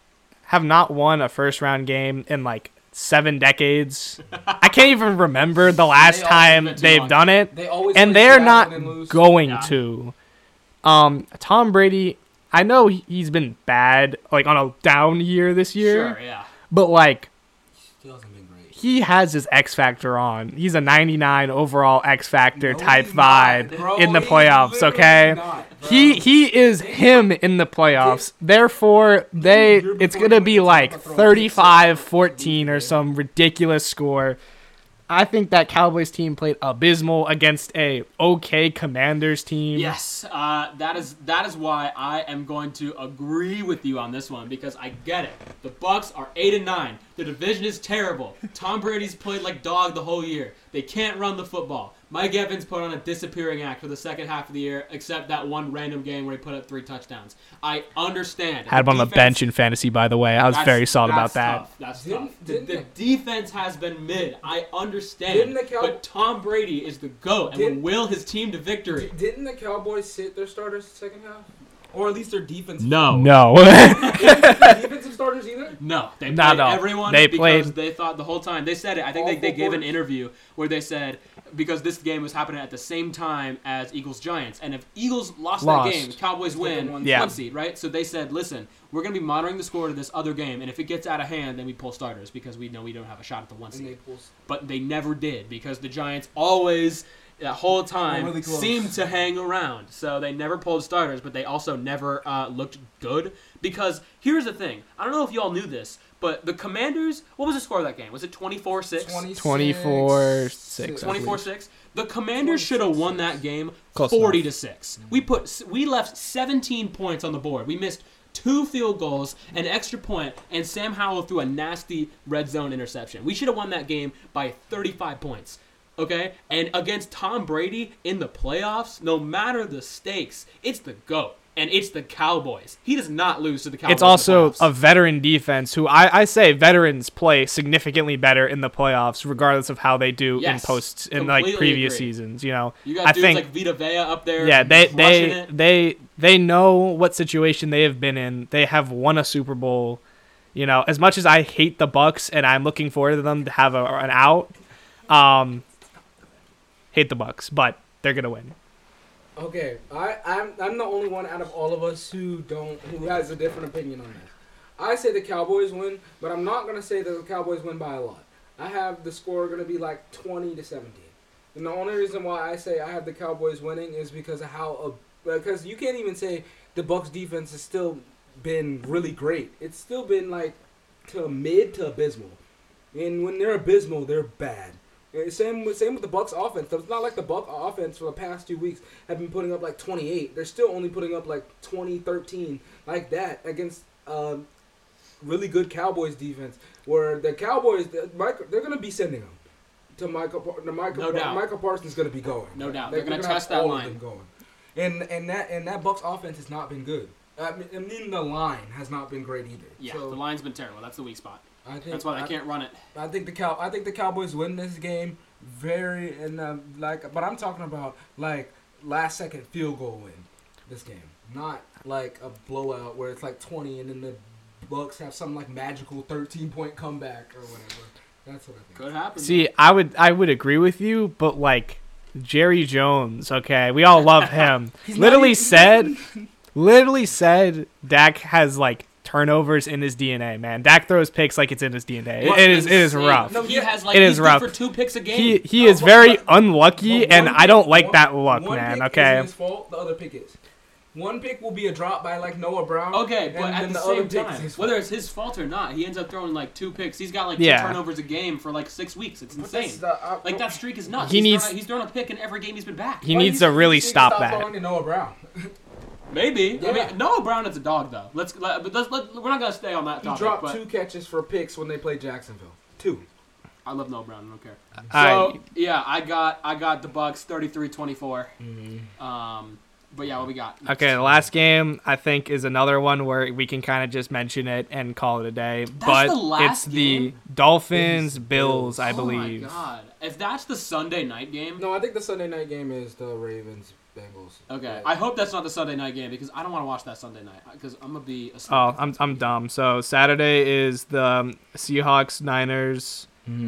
S2: have not won a first round game in like seven decades. I can't even remember the
S1: (laughs)
S2: last
S1: They all
S2: time
S1: spent too
S2: they've
S1: long.
S2: done it,
S3: They always
S2: and
S3: play
S2: they're
S3: Seattle
S2: not
S3: and lose.
S2: going
S1: Yeah.
S2: to. Um, Tom Brady, I know he- he's been bad, like on a down year this year,
S1: Sure, yeah.
S2: but like
S3: Still hasn't been great.
S2: he has his X factor on. He's a 99 overall X factor
S3: No,
S2: type
S3: he's not,
S2: vibe
S3: bro.
S2: in the
S3: He's
S2: playoffs.
S3: literally
S2: Okay,
S3: not, bro.
S2: he he is him in the playoffs. Therefore, they it's going to be like 35-14 or some ridiculous score. I think that Cowboys team played abysmal against a okay Commanders team.
S1: Yes, uh, that is that is why I am going to agree with you on this one because I get it. The Bucks are eight and nine. The division is terrible. Tom Brady's played like dog the whole year. They can't run the football. Mike Evans put on a disappearing act for the second half of the year, except that one random game where he put up three touchdowns. I understand.
S2: Had him on the
S1: defense-
S2: bench in fantasy, by the way. I was
S1: that's-
S2: very solid
S1: that's
S2: about that.
S1: tough. That's
S3: Didn't-
S1: tough. The,
S3: didn't
S1: the defense has been mid. I understand.
S3: Didn't the Cow-
S1: but Tom Brady is the GOAT and will
S3: Didn't-
S1: will his team to
S3: D-
S1: victory.
S3: didn't the Cowboys sit their starters the second half? Or at least their defense.
S1: No.
S2: No. (laughs)
S3: defensive starters either?
S1: No, they played
S2: Not all.
S1: everyone
S2: They
S1: because
S2: played-
S1: they thought the whole time. They said it. I think they,
S3: All
S1: they
S3: four
S1: gave an
S3: quarters.
S1: interview where they said because this game was happening at the same time as Eagles Giants, and if Eagles lost,
S2: Lost.
S1: that game, Cowboys
S3: It's like a
S1: win
S3: one
S1: one,
S2: Yeah.
S1: seed, right? So they said, listen, we're gonna be monitoring the score to this other game, and if it gets out of hand, then we pull starters because we know we don't have a shot at the one
S3: And
S1: seed.
S3: they pulled-
S1: But they never did because the Giants always. That whole time
S3: really close.
S1: seemed to hang around, so they never pulled starters, but they also never uh, looked good. Because here's the thing: I don't know if y'all knew this, but the Commanders. What was the score of that game? Was it 24-6?
S2: 24 six, I believe.
S1: 24-6. The Commanders
S3: 26.
S1: should have won that game
S2: Close
S1: forty to six. We put we left seventeen points on the board. We missed two field goals, an extra point, and Sam Howell threw a nasty red zone interception. We should have won that game by thirty-five points. Okay, and against Tom Brady in the playoffs, no matter the stakes, it's the goat. And it's the Cowboys. He does not lose to the Cowboys.
S2: It's also a
S1: of
S2: veteran defense who I, I say veterans play significantly better in the playoffs, regardless of how they do
S1: Yes,
S2: in posts in like
S1: completely
S2: previea
S1: agree.
S2: seasons. You know,
S1: you got
S2: I
S1: dudes
S2: think
S1: like Vita Vea up there.
S2: yeah they
S1: crushing
S2: they
S1: it.
S2: they they know what situation they have been in. They have won a Super Bowl. You know, as much as I hate the Bucks and I'm looking forward to them to have a, an out, um, hate the Bucks, but they're gonna win.
S3: Okay, I, I'm, I'm the only one out of all of us who don't who has a different opinion on this. I say the Cowboys win, but I'm not gonna say that the Cowboys win by a lot. I have the score gonna be like 20 to 17. And the only reason why I say I have the Cowboys winning is because of how uh, because you can't even say the Bucks defense has still been really great. It's still been like to mid to abysmal. And when they're abysmal, they're bad. And Same with, same with the Bucks offense. It's not like the Buck offense for the past two weeks have been putting up like 28. They're still only putting up like 20, 13, like that against um, really good Cowboys defense. Where the Cowboys, the- Mike, they're gonna be sending them to Michael. Par- to Michael,
S1: No doubt.
S3: Michael Parsons gonna be going.
S1: No doubt.
S3: They-
S1: They're gonna test
S3: have
S1: that
S3: all of
S1: line.
S3: them going. And and that and that Bucks offense has not been good. I mean, I mean the line has not been great either.
S1: yeah,
S3: So
S1: the line's been terrible. That's the weak spot.
S3: I think
S1: That's why they
S3: I-
S1: can't run it.
S3: I think the cow. I think the Cowboys win this game very and um, like. But I'm talking about like last second field goal win this game, not like a blowout where it's like 20 and then the Bucks have some like magical 13 point comeback or whatever. That's what I think.
S1: Could happen.
S2: See, I would I would agree with you, but like Jerry Jones, okay, we all
S1: (laughs)
S2: love him. literally said, literally said, Dak has like turnovers in his DNA. Man, Dak throws picks like it's in his DNA. It-
S1: What
S2: it is it is
S1: insane.
S2: rough.
S1: No, he
S3: Yeah.
S1: has like
S2: It
S1: it
S2: is
S1: is
S2: rough.
S1: for two picks a game.
S2: He he is
S3: But-
S2: very
S3: but-
S2: unlucky,
S3: But one
S2: and I don't
S3: pick-
S2: like
S3: one-
S2: that luck,
S3: one
S2: man.
S3: pick
S2: Okay,
S3: Isn't his fault. The other pick is. One pick will be a drop by like Noah Brown.
S1: okay, but
S3: and
S1: at
S3: then
S1: the,
S3: other
S1: same
S3: pick is
S1: time,
S3: his fault.
S1: whether it's his fault or not, he ends up throwing like two picks. He's got like
S2: Yeah.
S1: two turnovers a game for like six weeks. It's
S3: But that's
S1: insane.
S3: the- I-
S1: like that streak is nuts.
S2: He
S1: he's
S2: needs-
S1: Thrown, a- he's thrown a pick in every game he's been back.
S2: he
S3: Why do
S2: needs
S3: you
S2: to really
S3: think he
S2: stop
S3: throwing
S2: that.
S3: to Noah Brown.
S1: Maybe. I
S3: Yeah.
S1: mean, Noah Brown is a dog though. Let's let, but let's let, we're not gonna stay on that
S3: He
S1: topic.
S3: dropped
S1: but
S3: two catches for picks when they played Jacksonville. Two.
S1: I love Noah Brown. I don't care.
S2: I-
S1: So yeah, I got I got the Bucks 33-24. Um, but yeah, what we got?
S2: Mm-hmm. Okay, the last game I think is another one where we can kind of just mention it and call it a day. but
S1: the
S2: it's
S1: last
S2: the
S1: game?
S2: Dolphins Bills, I
S1: oh
S2: believe.
S1: my god! If that's the Sunday night game,
S3: No, I think the Sunday night game is the Ravens Bengals.
S1: Okay, I hope that's not the Sunday night game because I don't want to watch that Sunday night because I'm gonna be asleep.
S2: Oh, I'm I'm dumb. So Saturday is the um, Seahawks Niners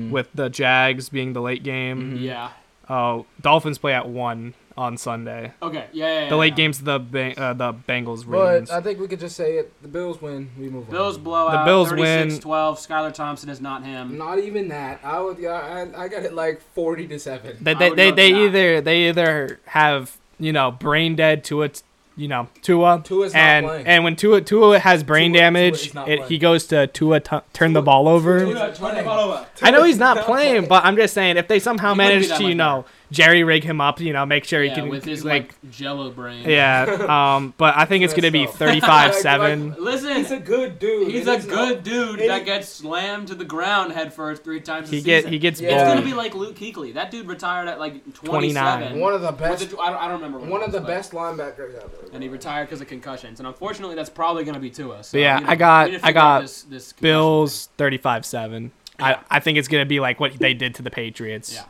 S2: with the Jags being the late game.
S1: Mm-hmm. yeah.
S2: Oh, Dolphins play at one on Sunday.
S1: Okay, yeah, yeah, yeah,
S2: The late
S1: yeah.
S2: game's the ba- uh, the Bengals Ravens.
S3: but I think we could just say it. The Bills win. We move
S1: Bills
S3: on.
S1: blowout.
S2: The Bills
S1: 36-12. Skylar Thompson is not him.
S3: Not even that. I would. Yeah, I, I got it like forty to seven.
S2: they
S1: I
S2: they,
S1: would
S2: they,
S1: love
S2: they
S1: that.
S2: either they either have you know brain dead Tua, t- you know Tua,
S3: Tua's not
S2: and
S3: playing.
S2: and when Tua Tua has brain
S3: Tua- Tua
S2: damage,
S3: is not
S2: it,
S3: playing.
S2: he goes to Tua tu- turn the ball over.
S3: Tua- Turn the ball
S2: I know he's
S3: Tua's
S2: not
S3: not
S2: playing,
S3: playing.
S2: but I'm just saying if they somehow
S1: He wouldn't be
S2: manage
S1: that
S2: to you
S1: much
S2: know jerry rig him up, you know, make sure
S1: Yeah,
S2: he can
S1: with his
S2: like,
S1: like, jello brain. (laughs)
S2: yeah. Um, but I think it's gonna be
S3: Messed up.
S2: thirty-five seven.
S1: Listen,
S3: He's a good dude.
S1: He's
S3: It
S1: a
S3: is
S1: good dude
S3: it
S1: that
S3: is-
S1: gets slammed to the ground headfirst three times.
S2: He
S1: a
S2: get
S1: season.
S2: he gets
S3: Yeah.
S1: It's gonna
S2: bullied.
S1: be like Luke Kuechly. That dude retired at like
S2: 29.
S1: 27.
S3: One of the
S1: With
S3: best.
S1: the- I, don't, I don't remember. when
S3: One
S1: it
S3: of
S1: was, but-
S3: the best linebackers ever.
S1: And he retired because of concussions, and unfortunately, that's probably gonna be Tua. So,
S2: But yeah,
S1: you know,
S2: I got-
S1: we need to
S2: I
S1: figure out
S2: got
S1: this, this concussion
S2: Bills thirty-five seven. I, I think it's gonna be like what they did to the Patriots.
S1: Yeah.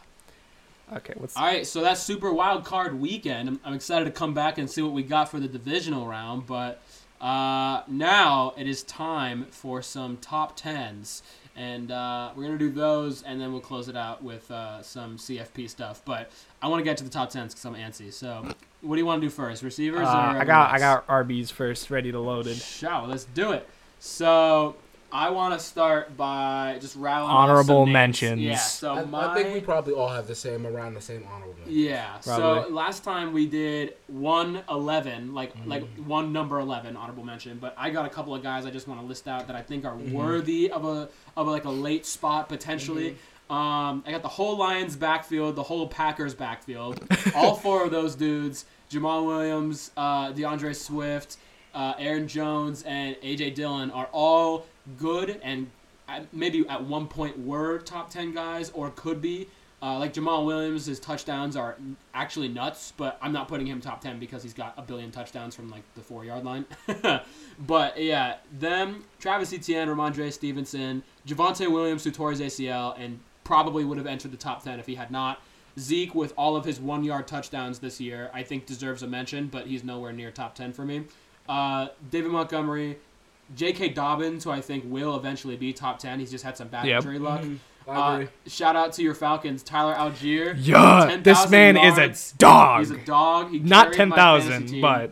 S2: Okay. What's
S1: All right, so that's super wild card weekend. I'm, I'm excited to come back and see what we got for the divisional round, but uh, now it is time for some top tens, and uh, we're gonna do those, and then we'll close it out with uh, some CFP stuff. But I want to get to the top tens because I'm antsy. So, what do you want to do first,
S2: uh,
S1: receivers? or
S2: I got
S1: running
S2: I got RBs first, ready to
S1: backs?
S2: loaded.
S1: Shout, let's do it. So. I want to start by just rattling off some
S2: Honorable
S1: names.
S2: mentions.
S1: Yeah, so
S3: I, I
S1: my...
S3: think we probably all have the same around the same honorable. mention.
S1: Yeah. So
S2: Probably.
S1: last time we did one eleven, like like one number eleven honorable mention. But I got a couple of guys I just want to list out that I think are worthy of a of like a late spot potentially. Um, I got the whole Lions backfield, the whole Packers backfield, all four of those dudes: Jamal Williams, uh, DeAndre Swift, uh, Aaron Jones, and AJ Dillon are all good and at- maybe at one point were top 10 guys or could be. Uh, like Jamal Williams, his touchdowns are actually nuts, but I'm not putting him top 10 because he's got a billion touchdowns from like the four yard line. (laughs) but yeah, them, Travis Etienne, Ramondre Stevenson, Javante Williams, who tore his ACL and probably would have entered the top 10 if he had not. Zeke, with all of his one yard touchdowns this year, I think deserves a mention, but he's nowhere near top 10 for me. Uh, David Montgomery, J.K. Dobbins, who I think will eventually be top 10. He's just had some bad
S2: Yep.
S1: injury luck.
S3: Mm-hmm. I
S1: Uh,
S3: agree.
S1: shout out to your Falcons, Tyler Algier.
S2: Yeah,
S1: 10,000
S2: this man
S1: yards.
S2: is a dog.
S1: He's a dog. He
S2: Not
S1: carried
S2: ten
S1: my fantasy
S2: thousand,
S1: team.
S2: but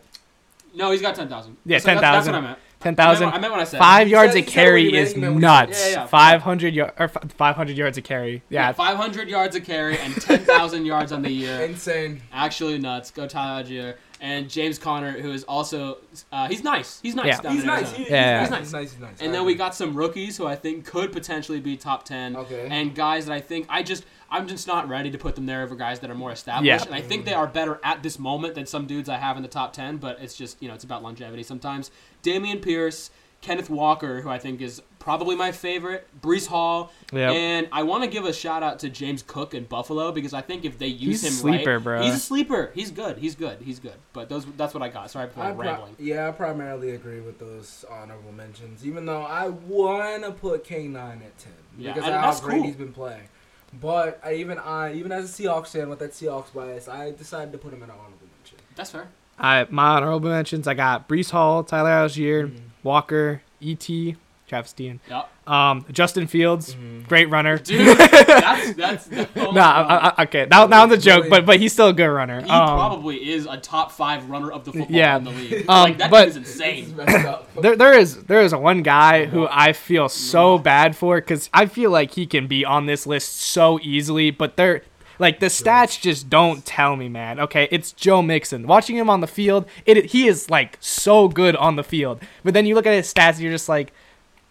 S1: No, he's got 10,000.
S2: Yeah,
S1: So that's- That's
S2: 10,000.
S1: what I meant.
S2: ten
S1: I meant what-
S2: thousand.
S1: I meant what I said.
S2: Five yards
S3: said-
S2: a
S3: he said what he
S2: carry
S3: meant,
S2: is
S3: he meant what he said.
S2: nuts.
S1: Yeah, yeah, yeah.
S2: Five hundred yard or five hundred yards a carry. Yeah,
S1: 500 yards a carry and 10,000 yards on the
S2: (laughs)
S1: year.
S3: Insane.
S1: Actually nuts. Go Tyler Algier. And James Conner, who is also, uh, he's nice. He's nice.
S2: Yeah.
S1: down
S3: He's
S1: in
S3: nice.
S1: Arizona.
S3: He- He's
S2: Yeah.
S3: nice. He's nice. He's nice.
S1: And then we got some rookies who I think could potentially be top ten,
S3: Okay.
S1: and guys that I think I just I'm just not ready to put them there over guys that are more established.
S2: Yeah.
S1: And I think they are better at this moment than some dudes I have in the top ten. But it's just you know it's about longevity sometimes. Damian Pierce, Kenneth Walker, who I think is probably my favorite, Brees Hall,
S2: Yep.
S1: and I want to give a shout out to James Cook in Buffalo because I think if they use
S2: He's a
S1: him
S2: sleeper,
S1: right,
S2: bro.
S1: he's a sleeper. He's good. He's good. He's good. But those that's what I got. Sorry for
S3: I pro-
S1: rambling.
S3: yeah, I primarily agree with those honorable mentions, even though I want to put K9 at 10
S1: Yeah,
S3: because
S1: and
S3: of how
S1: that's
S3: great
S1: cool.
S3: he's been playing. But I, even I, even as a Seahawks fan with that Seahawks bias, I decided to put him in an honorable mention.
S1: That's fair.
S2: I my honorable mentions. I got Brees Hall, Tyler Algier,
S1: Mm.
S2: Walker, E. T. Travis Dean,
S1: Yep.
S2: um, Justin Fields, great runner.
S1: Mm-hmm. Dude, that's that's
S2: (laughs)
S1: oh my
S2: Nah,
S1: God.
S2: I, I, okay, that, that was a joke,
S3: Really?
S2: but but he's still a good runner.
S1: He
S2: Um,
S1: probably is a top five runner of the football
S2: yeah.
S1: in the league.
S2: Um,
S1: like that dude
S2: but-
S1: is
S3: This is
S1: insane.
S3: messed up.
S2: there there is there is one guy who I feel so bad for because I feel like he can be on this list so easily, but they're like the stats just don't tell me, man. Okay, it's Joe Mixon. Watching him on the field, it he is like so good on the field, but then you look at his stats, and you're just like,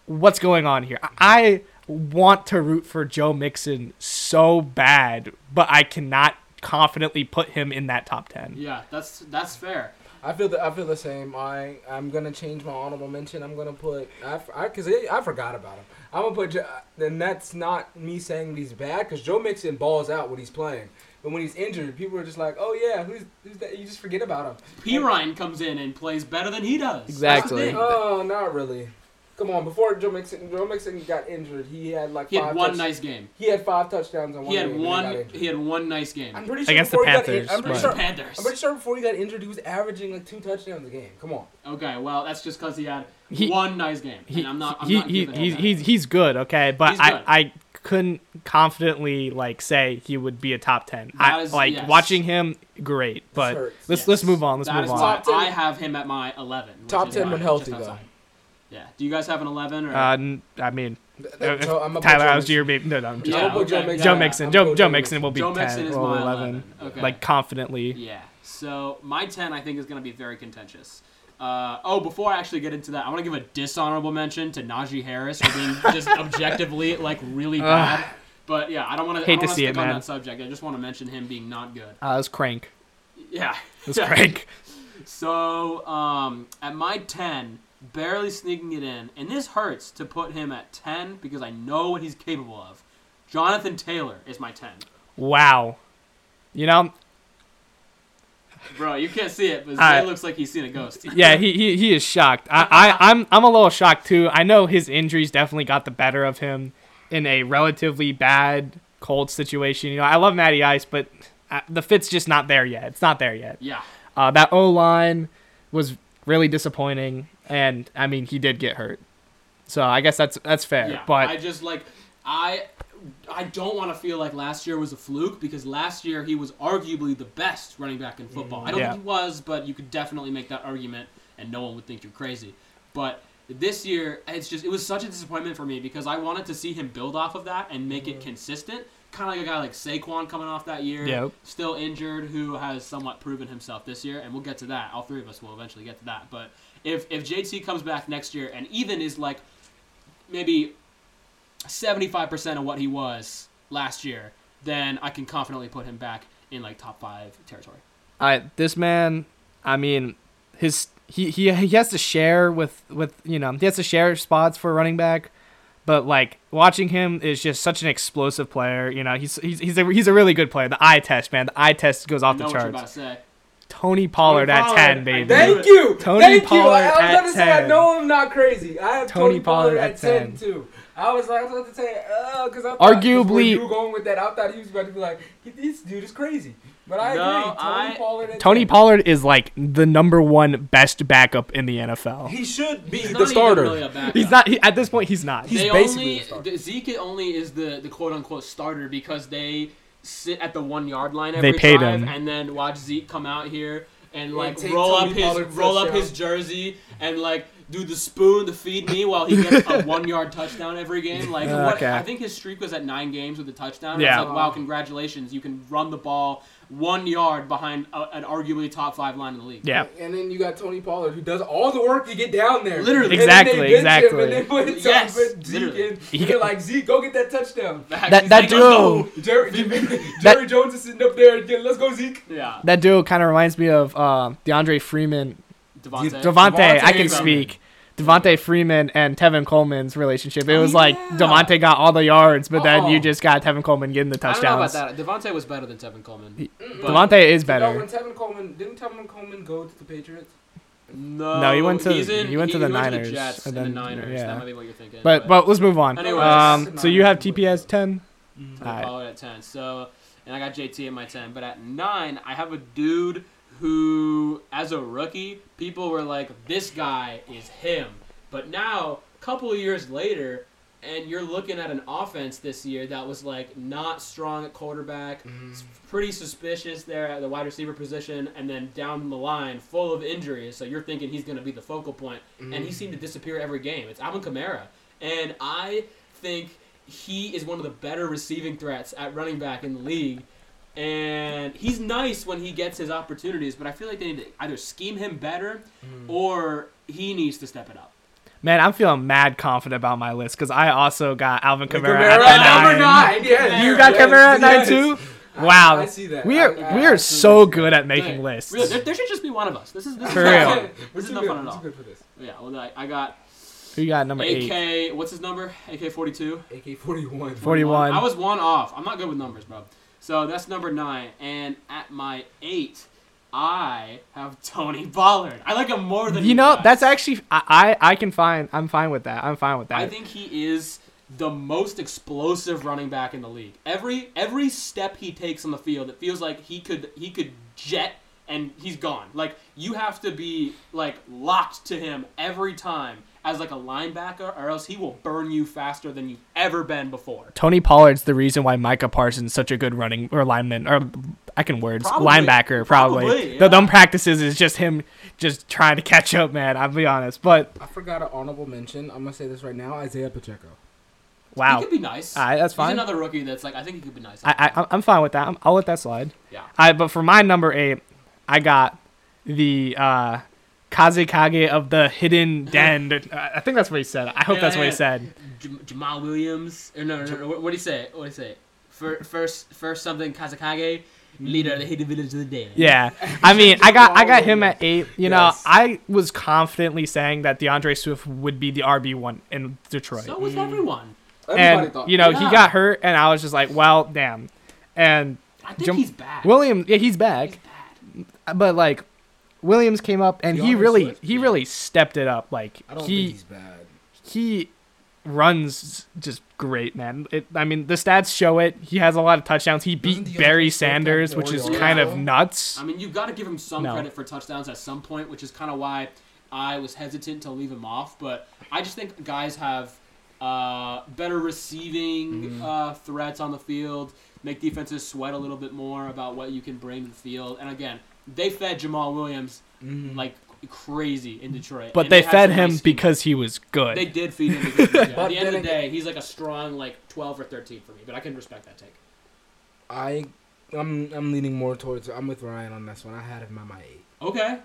S2: what's going on here? I I want to root for Joe Mixon so bad, but I cannot confidently put him in that top ten.
S1: Yeah, that's that's fair.
S3: I feel the I feel the same. I I'm gonna change my honorable mention. I'm gonna put I f- I because I, forgot about him. I'm gonna put Jo- and that's not me saying that he's bad because Joe Mixon balls out when he's playing, but when he's injured, people are just like, oh yeah, who's, who's that? You just forget about him.
S1: P Ryan comes in and plays better than he does. That's
S2: Exactly.
S1: the thing.
S3: (laughs) Oh, not really. Come on, before Joe Mixon, Joe Mixon got injured. He had like
S1: He
S3: five
S1: had one
S3: touch-
S1: nice game.
S3: He had five touchdowns on one.
S1: He had
S3: game and got
S1: one.
S3: injured.
S1: He had one nice game.
S3: I'm pretty sure
S2: Against the
S3: before he got
S2: Panthers,
S3: in- I'm pretty
S2: but-
S3: sure.
S1: Panthers.
S3: I'm pretty sure before he got injured, he was averaging like two touchdowns a game. Come on.
S1: Okay, well that's just because he had
S2: He-
S1: one nice game, and I'm not. I'm
S2: he,
S1: not
S2: he,
S1: giving him
S2: he's,
S1: that.
S2: he's, he's good, okay, but
S1: He's good.
S2: I, I couldn't confidently like say he would be a top ten.
S1: That
S2: I
S1: is-
S2: like
S1: yes.
S2: watching him, great, but
S3: hurts.
S2: let's
S1: Yes.
S2: let's move on. Let's
S1: That
S2: move
S1: is
S2: on.
S1: why
S3: Top 10.
S1: I have him at my 11. which
S3: Top
S1: is
S3: 10
S1: why
S3: when
S1: I'm
S3: healthy,
S1: just
S3: though.
S1: outside. Yeah. Do you guys have an 11 or?
S2: Uh, n- I mean,
S3: That-
S2: if
S3: (laughs) Joe- I'm gonna put
S2: Uh, Tyler
S3: Joe
S2: Algier, maybe no, no, I'm just
S1: Yeah,
S3: I'll put Joe
S1: okay,
S3: Mixon.
S2: Joe
S1: yeah,
S2: Mixon.
S3: I'm
S2: Joe
S3: gonna
S2: Joe
S3: go
S2: Mixon will be
S1: Joe
S2: ten
S1: Mixon is
S2: or
S1: my
S2: 11,
S1: 11. Okay.
S2: like
S1: (laughs)
S2: confidently.
S1: Yeah. So my ten, I think, is going to be very contentious. Uh, oh, before I actually get into that, I want to
S2: (laughs)
S1: give a dishonorable mention to Najee Harris for being just objectively like really bad. But yeah, I don't want to
S2: Hate to see it,
S1: on
S2: man.
S1: that subject. I just want to mention him being not good.
S2: Uh, it's Crank.
S1: Yeah. (laughs)
S2: It's
S1: Yeah.
S2: (laughs) Crank.
S1: So um, at my ten, barely sneaking it in, and this hurts to put him at ten because I know what he's capable of. Jonathan Taylor is my ten.
S2: Wow. You know,
S1: Bro, you can't see it, but
S2: I-
S1: Zay looks like he's seen a ghost.
S2: yeah, he, he, he is shocked. I, I, I'm, I'm a little shocked too. I know his injuries definitely got the better of him in a relatively bad cold situation. You know, I love Matty Ice, but uh, the fit's just not there yet. It's not there yet.
S1: Yeah.
S2: Uh, that O line was really disappointing, and I mean, he did get hurt. So I guess that's that's fair.
S1: Yeah,
S2: but
S1: I just like I I don't want to feel like last year was a fluke because last year he was arguably the best running back in football. I don't
S2: Yeah.
S1: think he was, but you could definitely make that argument, and no one would think you're crazy. But this year, it's just it was such a disappointment for me because I wanted to see him build off of that and
S2: Mm-hmm.
S1: make it consistent. Kind of like a guy like Saquon coming off that year,
S2: Yep.
S1: still injured, who has somewhat proven himself this year, and we'll get to that. All three of us will eventually get to that. But if if JT comes back next year and even is like maybe 75% of what he was last year, then I can confidently put him back in like top five territory.
S2: I this man, I mean, his he, he he has to share with with you know he has to share spots for a running back, but like watching him is just such an explosive player. You know he's he's he's a, he's a really good player. The eye test, man, the eye test goes
S1: I
S2: off
S1: know
S2: the
S1: what you're about
S2: charts.
S1: to say.
S2: Tony Pollard at
S1: Pollard. I
S2: ten, baby.
S1: knew
S3: Thank you.
S2: Tony
S3: Thank you.
S2: Pollard
S3: I,
S2: at
S3: I was about to say,
S2: 10.
S3: I know I'm not crazy. I have
S2: Tony
S3: Tony, Pollard,
S2: Pollard
S3: at
S2: at
S3: 10.
S2: 10.
S3: too. I was, I was about to say, uh, because I thought 'cause where
S2: Arguably-
S3: you were going with that, I thought he was about to be like, this dude is crazy. But I
S1: No,
S3: agree. Tony
S1: I-
S3: Pollard. At
S2: Tony
S3: 10.
S2: Pollard is like the number one best backup in the NFL.
S3: He should be
S1: He's
S3: the
S1: not
S3: starter.
S1: Even really a backup.
S2: He's not he, at this point. He's not.
S3: He's
S1: they
S3: basically
S1: only,
S3: the starter.
S1: the- Zeke only is the, the quote unquote starter because they sit at the one yard line
S2: They
S1: every
S2: paid
S1: drive
S2: him.
S1: and then watch Zeke come out here and
S3: Yeah,
S1: like
S3: take
S1: roll
S3: Tony
S1: up his
S3: Pollard's
S1: roll up
S3: touchdown.
S1: his jersey and like do the spoon to feed me while he gets
S2: (laughs)
S1: a one yard touchdown every game. Like what,
S2: Okay.
S1: I think his streak was at nine games with a touchdown. Yeah.
S2: Yeah.
S1: It's like wow, congratulations, you can run the ball one yard behind a, an arguably top five line in the league.
S2: yeah.
S3: And then you got Tony Pollard who does all the work to get down there.
S1: Literally.
S3: And then they
S2: Exactly,
S3: bench him,
S2: exactly.
S3: and they put Tom-
S1: Yes,
S3: put Zeke
S1: literally.
S3: in. You're like Zeke, go get
S2: (laughs)
S3: that touchdown.
S2: That that duo.
S3: Jerry, Jerry
S2: That-
S3: Jones is sitting up there. Yeah, let's go Zeke.
S1: Yeah,
S2: That duo kind of reminds me of uh, DeAndre Freeman
S1: Devontae.
S2: Devontae, I
S3: Devontae
S2: can
S3: Freeman.
S2: speak. Devontae Freeman and Tevin Coleman's relationship. It
S1: Oh,
S2: was like
S1: yeah. Oh.
S2: Devontae got all the yards, but then
S1: Uh-oh.
S2: you just got Tevin Coleman getting the
S1: I don't know about
S2: touchdowns.
S1: that. Devontae was better than Tevin Coleman.
S2: Devontae is
S3: No, when
S2: better.
S3: Tevin Coleman didn't Tevin Coleman go to the Patriots?
S1: No,
S2: No, he went to-
S1: he's in-
S2: he went to the Niners,
S1: Jets and
S2: and
S1: the
S2: then-
S1: Niners.
S2: yeah.
S1: That might be what you're thinking.
S2: But but let's move on.
S1: Anyways. Mm.
S2: Um, so you have TPS 10?
S1: Tony
S2: alright.
S1: Pollard at ten. So and I got JT at my ten. But at nine, I have a dude who, as a rookie, people were like, "This guy is him." But now, a couple of years later. And you're looking at an offense this year that was like not strong at quarterback, s- pretty suspicious there at the wide receiver position, and then down the line, full of injuries. So you're thinking he's going to be the focal point, and he seemed to disappear every game. It's Alvin Kamara, and I think he is one of the better receiving threats at running back in the league. And he's nice when he gets his opportunities, but I feel like they need to either scheme him better or he needs to step it up.
S2: Man, I'm feeling mad confident about my list because I also got Alvin Kamara at
S3: Kamara
S2: the
S3: at
S2: nine.
S3: number nine.
S1: nine.
S3: Yes,
S2: You got
S3: yes,
S2: Kamara at 9
S3: yes.
S2: too?
S3: I-
S2: Wow.
S3: I see that.
S2: We
S3: I-
S2: are,
S3: I
S2: we are
S3: (laughs) absolutely
S2: so
S3: see that.
S2: good at making
S1: Hey,
S2: lists.
S1: really, there, there should just be one of us. This is this is
S2: For
S1: not
S2: real.
S1: fun.
S3: We're
S1: This is
S3: too
S1: not
S3: good.
S1: fun at
S3: We're too
S1: all.
S3: good for this.
S1: Yeah, well, I, I got
S2: Who you got at number 8?
S1: AK. What's his number? AK forty two.
S3: AK forty one.
S2: 41.
S1: I was one off. I'm not good with numbers, bro. So that's number nine. And at my eight, I have Tony Pollard. I like him more than
S2: You know,
S1: guys.
S2: that's actually, I, I, I can find, I'm fine with that. I'm fine with that.
S1: I think he is the most explosive running back in the league. Every every step he takes on the field, it feels like he could he could jet and he's gone. Like you have to be like locked to him every time as like a linebacker, or else he will burn you faster than you've ever been before.
S2: Tony Pollard's the reason why Micah Parsons is such a good running or lineman or I can words
S1: Probably.
S2: linebacker probably.
S1: Probably, yeah.
S2: The dumb practices is just him just trying to catch up, man. I'll be honest, but
S3: I forgot an honorable mention. I'm gonna say this right now. Isaiah Pacheco.
S2: wow,
S1: He could be nice.
S2: All right, that's
S1: He's
S2: fine.
S1: another rookie that's like I think he could be nice.
S2: I, I I'm fine with that. I'm, I'll let that slide.
S1: yeah.
S2: I but for my number eight, I got the uh, Kazekage of the
S1: (laughs)
S2: Hidden Den. Uh, I think that's what he said. I hope
S1: Yeah,
S2: that's what he
S1: yeah. (laughs)
S2: said.
S1: Jam- Jamal Williams. Or no, no, no, What do you say? What do you say? Fir- First, first something Kazakage, leader of the hidden village of the dead. (laughs)
S2: Yeah, I mean, I got I got him
S3: Williams.
S2: at eight. You know,
S3: Yes.
S2: I was confidently saying that DeAndre Swift would be the RB one in Detroit.
S1: So was everyone.
S6: Everybody
S2: and
S6: thought.
S2: you know
S1: Yeah.
S2: he got hurt, and I was just like, well, damn. And
S1: I think
S2: Jam-
S1: he's back.
S2: Williams, yeah, he's back,
S1: He's back.
S2: but like Williams came up and he
S3: DeAndre
S2: really
S3: Swift,
S2: he
S3: yeah.
S2: really stepped it up. Like
S3: I don't
S2: he
S3: think he's bad.
S2: he runs just great, man. It, I mean, the stats show it. He has a lot of touchdowns. He
S3: Doesn't
S2: beat
S3: DeAndre
S2: Barry
S3: Swift have
S2: Sanders,
S3: the
S2: which is
S1: Oreo?
S2: kind
S1: Yeah.
S2: of nuts.
S1: I mean, you've got to give him some
S2: No.
S1: credit for touchdowns at some point, which is kind of why I was hesitant to leave him off. But I just think guys have uh, better receiving
S2: Mm-hmm.
S1: uh, threats on the field, make defenses sweat a little bit more about what you can bring to the field. And again, they fed Jamal Williams
S3: Mm-hmm.
S1: like crazy in Detroit,
S2: Mm. But
S1: and
S2: they,
S1: had
S2: fed
S1: some nice
S2: him
S1: teams.
S2: because he was
S1: (laughs)
S2: good.
S1: They did feed him. Because, yeah, at
S3: But
S1: the end of
S3: then
S1: the
S3: again-
S1: day, he's like a strong like twelve or thirteen for me, but I can respect that take.
S3: I, I'm, I'm leaning more towards. I'm with Ryan on this one. I had him at my eight.
S1: Okay,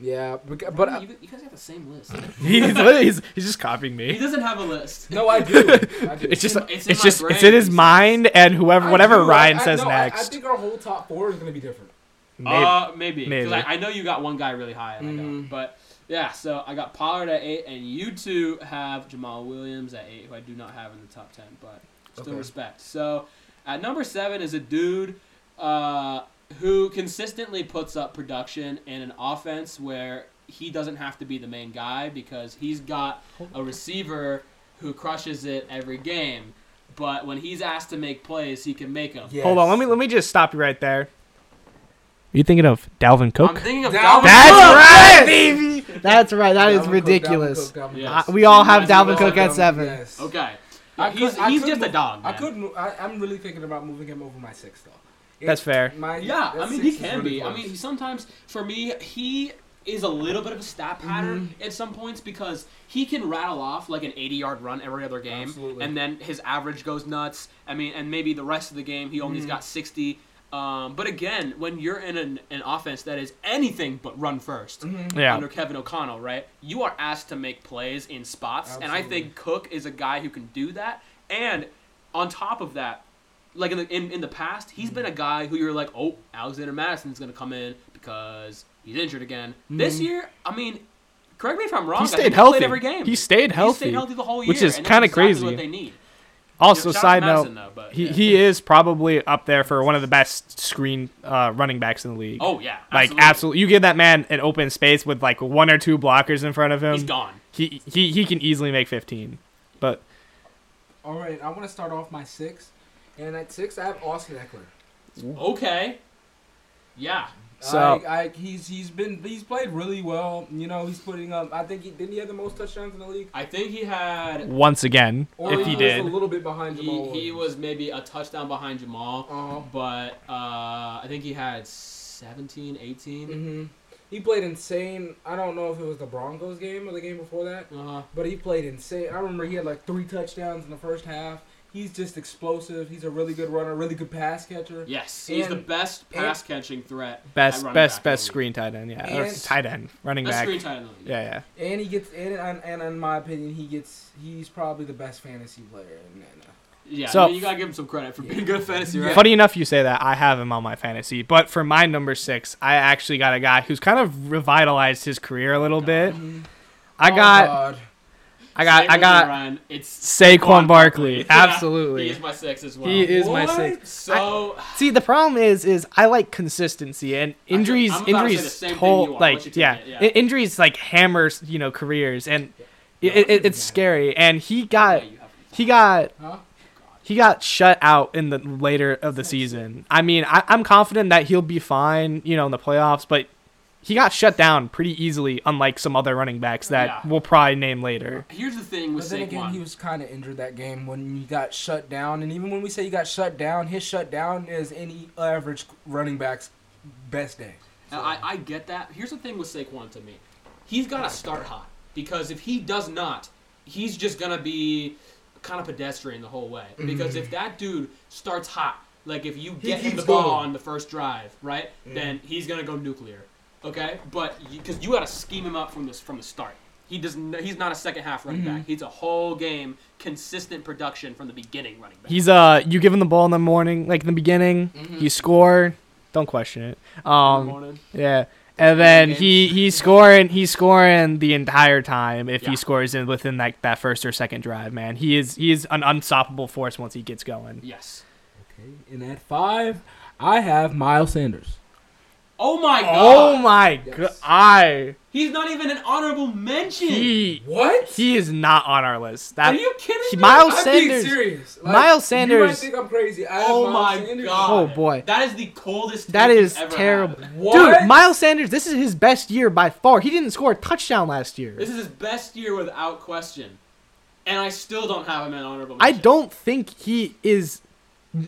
S3: Yeah, bec- but uh, I,
S1: you, you guys have the same
S2: (laughs)
S1: list.
S2: (laughs) he's, he's he's just copying
S1: he
S2: me.
S1: doesn't have a list.
S3: no, I do. (laughs) I do.
S2: It's just
S1: in- it's
S2: it's,
S1: in my
S2: just
S1: brain.
S2: it's in his mind and whoever
S3: I
S2: whatever
S3: do. I-
S2: Ryan
S3: I-
S2: says
S3: no, I-
S2: next.
S3: I think our whole top four is gonna be different.
S2: Maybe.
S1: Uh, maybe. Because
S2: Maybe.
S1: I, I know you got one guy really high, and I don't.
S3: Mhm.
S1: But yeah, so I got Pollard at eight, and you two have Jamal Williams at eight, who I do not have in the top ten, but still
S3: Okay.
S1: respect. So at number seven is a dude uh, who consistently puts up production in an offense where he doesn't have to be the main guy because he's got a receiver who crushes it every game. But when he's asked to make plays, he can make them.
S2: Hold on, let me let me just stop you right there. Are you thinking of Dalvin
S1: I'm
S2: Cook?
S1: thinking of Dalvin
S3: Dalvin
S2: That's
S1: Cook.
S2: right,
S5: That's right. That is
S3: Dalvin Cook, Dalvin
S5: ridiculous.
S3: Cook, Dalvin Cook.
S1: Yes.
S5: Uh, we all have
S1: You guys
S5: Dalvin
S1: all
S5: Cook
S1: have
S5: at seven.
S3: Yes.
S1: Okay.
S3: I
S1: Yeah, he's
S3: could- I
S1: he's
S3: could
S1: just a
S3: move-
S1: dog.
S3: I
S1: man.
S3: could. mo- I, I'm really thinking about moving him over my six though.
S2: That's
S3: It-
S2: fair.
S3: My,
S1: Yeah,
S3: that
S1: I mean
S3: six
S1: he
S3: is
S1: can
S3: really
S1: be. I
S3: close.
S1: mean he sometimes for me he is a little bit of a stat
S3: Mm-hmm.
S1: pattern at some points because he can rattle off like an 80 yard run every other game
S3: Absolutely.
S1: and then his average goes nuts. I mean and maybe the rest of the game he only's
S3: Mm-hmm.
S1: got 60. Um, but again, when you're in an, an offense that is anything but run 1st
S3: Mm-hmm.
S2: Yeah.
S1: under Kevin O'Connell, right? You are asked to make plays in spots, and I
S3: Absolutely.
S1: think Cook is a guy who can do that. And on top of that, like in the in, in the past, he's been a guy who you're like, oh, Alexander Madison's gonna come in because he's injured again. This year, I mean, correct me if I'm wrong.
S2: Mm. He
S1: I
S2: stayed
S1: think
S2: healthy.
S1: Played every game.
S2: He stayed
S1: He
S2: healthy.
S1: stayed healthy the whole year,
S2: which is
S1: and that's
S2: kinda
S1: exactly
S2: crazy.
S1: What they need.
S2: Also,
S1: You know, shout out
S2: side
S1: to
S2: note,
S1: Madison, though, but,
S2: he,
S1: yeah.
S2: he is probably up there for one of the best screen uh, running backs in the league.
S1: Oh yeah,
S2: like absolutely. you give that man an open space with like one or two blockers in front of him.
S1: He's gone.
S2: He he he can easily make 15. But
S3: All right, I want to start off my six, and at six I have Austin Eckler.
S1: Okay. Yeah.
S2: So-
S3: I, I, he's he's been he's played really well. You know he's putting up. I think he didn't he have the most touchdowns in the league.
S1: I think he had
S2: once again,
S3: Or
S2: if
S3: he
S2: he
S3: was a
S2: did,
S3: little bit behind
S1: He,
S3: Jamal.
S1: he
S3: Williams.
S1: was maybe a touchdown behind Jamal,
S3: Uh-huh.
S1: but uh, I think he had 17, 18.
S3: hmm He played insane. I don't know if it was the Broncos game or the game before that,
S1: Uh,
S3: but he played insane. I remember he had like three touchdowns in the first half. He's just explosive. He's a really good runner, really good pass catcher.
S1: yes, he's the
S3: And-
S1: best pass catching threat. at
S2: best
S1: running
S2: best
S1: back
S2: best
S1: in the league.
S2: screen tight end, yeah,
S3: And-
S2: Or tight end running
S1: Best
S2: back,
S1: screen tight end. in the league.
S2: yeah, yeah.
S3: And he gets and, and and in my opinion, he gets he's probably the best fantasy player. In the
S1: Yeah,
S2: So-
S1: I mean, you gotta give him some credit for being good at fantasy, right?
S2: Funny enough, you say that. I have him on my fantasy, but for my number six, I actually got a guy who's kind of revitalized his career a little bit.
S3: NFL.
S2: I
S3: Oh,
S2: got,
S3: God.
S2: I got,
S1: Same
S2: I
S1: with
S2: got
S1: Ryan. It's
S2: Saquon Barkley.
S1: He is
S2: (laughs) Absolutely,
S1: my six as well.
S2: he is my
S3: What?
S2: six.
S1: So
S2: See, the problem is, is I like consistency and injuries.
S1: I'm about to say the
S2: injuries
S1: same thing you are.
S2: toll
S1: I'll let you
S2: like
S1: take
S2: yeah,
S1: it, yeah.
S2: I- injuries like hammers you know careers and
S3: Yeah,
S2: it,
S3: I
S2: it,
S3: can
S2: it's
S3: imagine.
S2: scary. And he
S1: yeah,
S2: got
S1: you have
S2: he got
S3: Huh?
S2: he got shut out in the later of the season. I mean, I, I'm confident that he'll be fine, you know, in the playoffs, but he got shut down pretty easily, unlike some other running backs that
S1: Yeah.
S2: we'll probably name later.
S1: Here's the thing with
S3: But then
S1: Saquon.
S3: again, he was kind of injured that game when he got shut down. And even when we say he got shut down, his shutdown is any average running back's best day.
S1: And I, I get that. Here's the thing with Saquon to me. He's got to start hot because if he does not, he's just going to be kind of pedestrian the whole way. Because if that dude starts hot, like if you get him
S3: Mm-hmm. keeps
S1: the ball
S3: going. Mm.
S1: on the first drive, right, then he's going to go nuclear. Okay, but because you, got to scheme him up from this from the start. He does. n he's not a second half running
S3: Mm-hmm.
S1: back. He's a whole game consistent production from the beginning running back.
S2: He's uh, you give him the ball in the morning, like in the beginning, you score. Don't question it. Um,
S1: Mm-hmm. Morning.
S2: yeah, and then he he's scoring he's scoring the entire time. If
S1: Yeah.
S2: he scores in within like that first or second drive, man, he is he is an unstoppable force once he gets going.
S1: Yes.
S6: Okay. And at five, I have Miles Sanders.
S1: Oh my
S2: Oh
S1: god.
S2: my god, I
S1: He's not even an honorable mention.
S2: he
S3: What?
S2: he is not on our list. That
S1: Are you kidding
S2: he-
S1: me?
S2: Miles
S3: I'm
S2: Sanders.
S3: being serious. Like,
S2: Miles
S3: You might
S2: Sanders-
S3: think I'm crazy. I have
S1: Oh
S3: Miles
S1: my
S3: Sanders.
S1: god.
S2: Oh, boy.
S1: That is the coldest.
S2: That
S1: take
S2: is
S1: you've ever
S2: terrible.
S1: had.
S3: What?
S2: Dude, Miles Sanders, this is his best year by far. He didn't score a touchdown last year.
S1: This is his best year without question, and I still don't have him in honorable.
S2: I
S1: Mention.
S2: don't think he is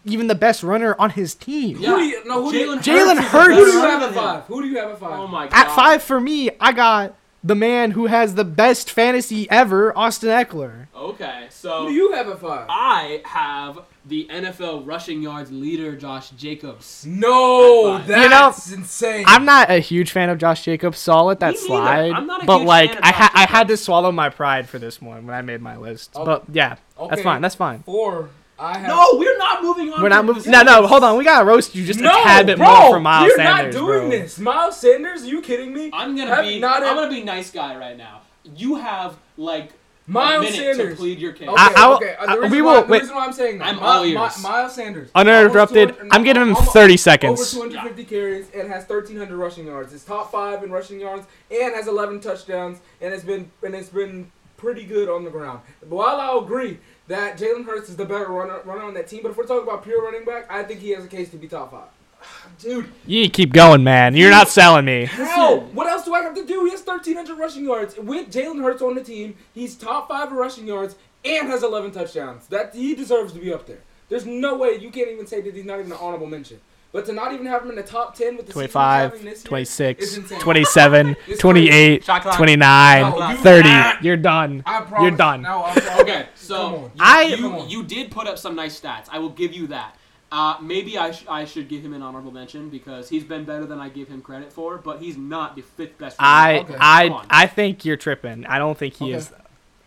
S2: even the best runner on his team.
S1: Yeah.
S3: Who do you- no, who do you-
S1: Jalen
S2: Jalen
S1: Hurts. is
S2: Hurts.
S3: Who
S1: better
S3: do you
S1: runner
S3: have at
S1: than him.
S3: five? Who do you have at five?
S1: Oh my god.
S2: At five for me, I got the man who has the best fantasy ever, Austin Eckler.
S1: Okay,
S3: Who
S1: so
S3: do you have at five?
S1: I have the NFL rushing yards leader, Josh Jacobs.
S3: No,
S1: At five.
S2: You know,
S3: that's insane.
S2: I'm not a huge fan of Josh Jacobs, so I'll let that
S1: Me neither.
S2: slide.
S1: I'm not a
S2: but
S1: huge
S2: like,
S1: fan of
S2: I
S1: Josh
S2: ha- I had
S1: Jacobs.
S2: to swallow my pride for this one when I made my list.
S3: Oh.
S2: But yeah,
S3: Okay.
S2: that's fine. That's fine.
S3: Four. I have.
S1: No, we're not moving on.
S2: We're
S1: to
S2: not
S1: this.
S2: moving. No, no, hold on. We gotta roast you just
S3: no,
S2: a tad bit
S3: bro,
S2: more for Miles
S3: you're
S2: Sanders,
S3: not doing
S2: bro.
S3: this, Miles Sanders. Are you kidding me?
S1: I'm gonna
S3: Have
S1: be.
S3: not
S1: I'm
S3: in-
S1: gonna be nice guy right now. You have like a
S3: Miles
S1: minute to
S3: Sanders.
S1: plead your case.
S3: Okay,
S2: I- I will-
S3: okay. uh,
S2: I-
S3: the reason
S2: we
S3: why,
S2: will-
S3: the
S2: wait.
S3: reason why I'm saying that.
S1: I'm
S3: Mi-
S1: all
S3: Mi-
S1: ears.
S3: Miles Sanders.
S2: Uninterrupted.
S3: Almost two-
S2: I'm giving him
S3: almost-
S2: 30 seconds.
S3: Over 250 carries and has 1,300 rushing yards. It's top five in rushing yards and has 11 touchdowns and has been and it's been pretty good on the ground. While I agree that Jalen Hurts is the better runner runner on that team, but if we're talking about pure running back, I think he has a case to be top five. Dude,
S2: You keep going, man. You're not selling me.
S3: how? What else do I have to do? He has 1,300 rushing yards with Jalen Hurts on the team. He's top five in rushing yards and has 11 touchdowns. That he deserves to be up there. There's no way you can't even say that he's not even an honorable mention. But to not even have him in the top 10 with the season he's having this
S2: 25,
S3: year is
S2: 26,
S3: insane.
S2: 27,
S3: (laughs) It's
S2: 28,
S1: Shot clock. Shot
S2: 29,
S1: clock.
S2: 30. You're done.
S3: I promise.
S2: You're done.
S3: No, I'm
S2: (laughs)
S3: sorry.
S1: Okay,
S3: Come on.
S1: so
S3: You-
S2: I-
S3: come
S1: you,
S3: on.
S1: you did put up some nice stats. I will give you that. Uh, maybe I, sh- I should give him an honorable mention because he's been better than I give him credit for, but he's not the fifth best.
S2: I
S3: Okay,
S1: come on.
S2: I I think you're tripping. I don't think he is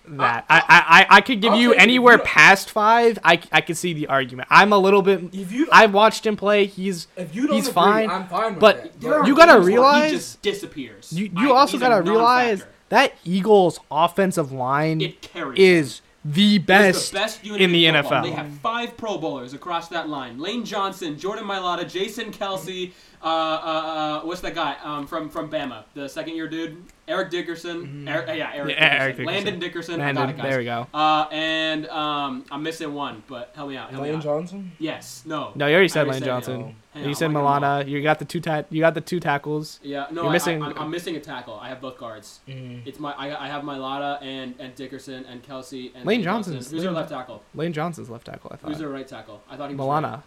S2: that. I I, I, I could give
S3: I'll
S2: you
S3: take it.
S2: anywhere
S3: You-
S2: past 5. I I could see the argument. I'm a little bit
S3: if you
S2: I've watched him play. He's
S3: if you don't
S2: he's
S3: agree,
S2: fine,
S3: I'm fine with
S2: but
S3: that.
S2: you gotta
S1: games where
S2: realize-
S1: he just disappears.
S2: you,
S1: I-
S2: you also
S1: he's a
S2: got to realize
S1: non-factor.
S2: that Eagles offensive line
S1: it carries
S2: is the
S1: It's
S2: best.
S1: the best unit
S2: in the
S1: football.
S2: NFL.
S1: They have five Pro Bowlers across that line: Lane Johnson, Jordan Mailata, Jason Kelsey. Uh, uh, uh, what's that guy um, from from Bama? The second year dude, Eric Dickerson. Eric, yeah, Eric,
S2: Mm-hmm.
S1: Dickerson.
S2: Yeah, Eric Dickerson.
S1: Landon Dickerson. I got
S2: Landon,
S1: it, guys.
S2: there we go.
S1: Uh, and um, I'm missing one, but help me out. Help me out.
S3: Johnson.
S1: Yes. No.
S2: No, you already
S1: I
S2: said Lane
S1: it.
S2: Johnson.
S1: Hang on,
S2: you said
S1: I'm looking them up.
S2: Milana. You got the two ta- You got the two tackles.
S1: Yeah. No,
S2: You're
S1: I,
S2: missing-
S1: I, am I'm missing a tackle. I have both guards. It's my I, I have Mailata and and Dickerson and Kelsey and
S2: Lane Johnson's-
S1: Johnson. Who's your left tackle?
S2: Lane Johnson's left tackle. I
S1: Who's
S2: thought.
S1: their right tackle? I thought he was right.
S2: Milana.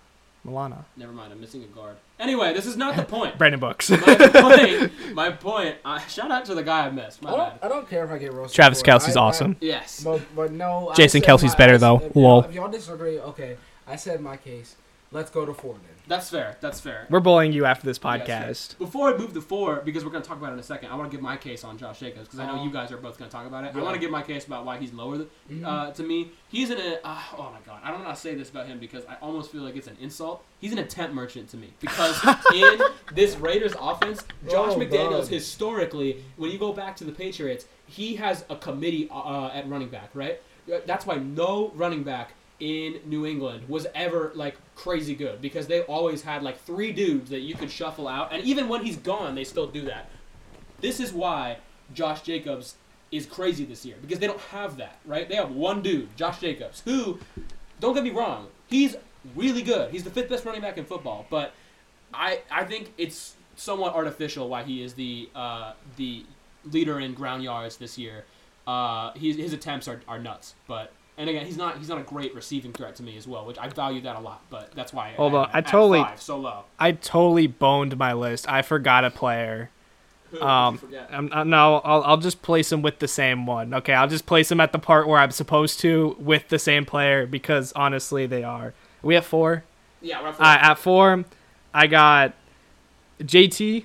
S2: Milana.
S1: Never mind, I'm missing a guard. Anyway, this is not
S2: (laughs)
S1: the point.
S2: Brandon Books.
S1: My point. My point. Uh, shout out to the guy I missed.
S3: I
S1: My bad.
S3: don't, I don't care if I get roasted.
S2: Travis
S3: for it.
S2: Kelsey's
S3: I- I-
S2: awesome.
S1: Yes.
S3: but, but no. I
S2: Jason
S3: said
S2: Kelsey's
S3: my-
S2: better,
S3: I said-
S2: though.
S3: If y'all,
S2: Lol.
S3: if y'all disagree, okay. I said my case. Let's go to four then.
S1: That's fair. That's fair.
S2: We're bullying you after this
S1: Yes,
S2: podcast.
S1: fair. Before I move to four, because we're going to talk about it in a second, I want to give my case on Josh Jacobs because I know
S3: Um,
S1: you guys are both going to talk about it. I
S3: yeah.
S1: want to give my case about why he's lower th- uh, to me. He's in a. Uh, oh my god, I don't want to say this about him because I almost feel like it's an insult. He's an attempt merchant to me because in this Raiders offense, Josh
S3: Oh,
S1: McDaniels
S3: God.
S1: historically, when you go back to the Patriots, he has a committee uh, at running back, right? Uh, That's why no running back in New England was ever like crazy good because they always had like three dudes that you could shuffle out, and even when he's gone, they still do that. This is why Josh Jacobs is crazy this year because they don't have that, right? They have one dude, Josh Jacobs, who, don't get me wrong, he's really good. He's the fifth best running back in football, but I I think it's somewhat artificial why he is the uh, the leader in ground yards this year. Uh, his, his attempts are, are nuts, but and again, he's not he's not a great receiving threat to me as well, which I value that a lot. But that's why
S2: Hold
S1: I,
S2: on, I
S1: at
S2: totally-
S1: five, so low.
S2: I totally boned my list. I forgot a player.
S1: Who did you
S2: Um,
S1: forget?
S2: I'm, I, no, I'll, I'll just place him with the same one. Okay, I'll just place him at the part where I'm supposed to with the same player because honestly, they are. We have four. Uh,
S1: yeah, we're at
S2: All
S1: four.
S2: right, at four, I got JT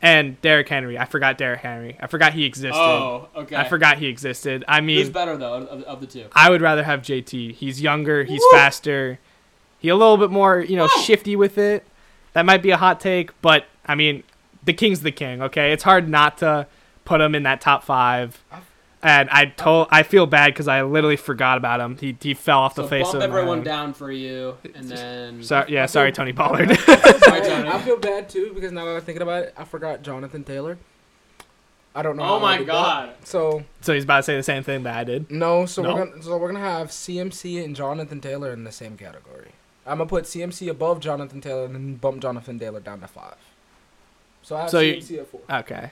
S2: and Derrick Henry. I forgot Derrick Henry. I forgot he existed.
S1: Oh, okay.
S2: I forgot he existed. I
S1: Who's
S2: mean,
S1: better though of, of the two?
S2: I would rather have JT. He's younger. He's faster. He a little bit more, you know, shifty with it. That might be a hot take, but I mean, the king's the king. Okay, it's hard not to put him in that top five. And I told, I feel bad because I literally forgot about him. He he fell off the
S1: So
S2: face
S1: bump
S2: of the
S1: everyone
S2: mound.
S1: down for you, and then
S2: Sorry, yeah, sorry, Tony Pollard. (laughs)
S1: Sorry, Tony.
S3: I feel bad too because now that I'm thinking about it, I forgot Jonathan Taylor. I don't know. how
S1: Oh
S3: I
S1: my
S3: did that.
S1: God!
S3: So
S2: so he's about to say the same thing that I did.
S3: no, so
S2: No?
S3: we're gonna so we're gonna have CMC and Jonathan Taylor in the same category. I'm gonna put CMC above Jonathan Taylor and then bump Jonathan Taylor down to five. So I have
S2: So you-
S3: CMC at four.
S2: Okay,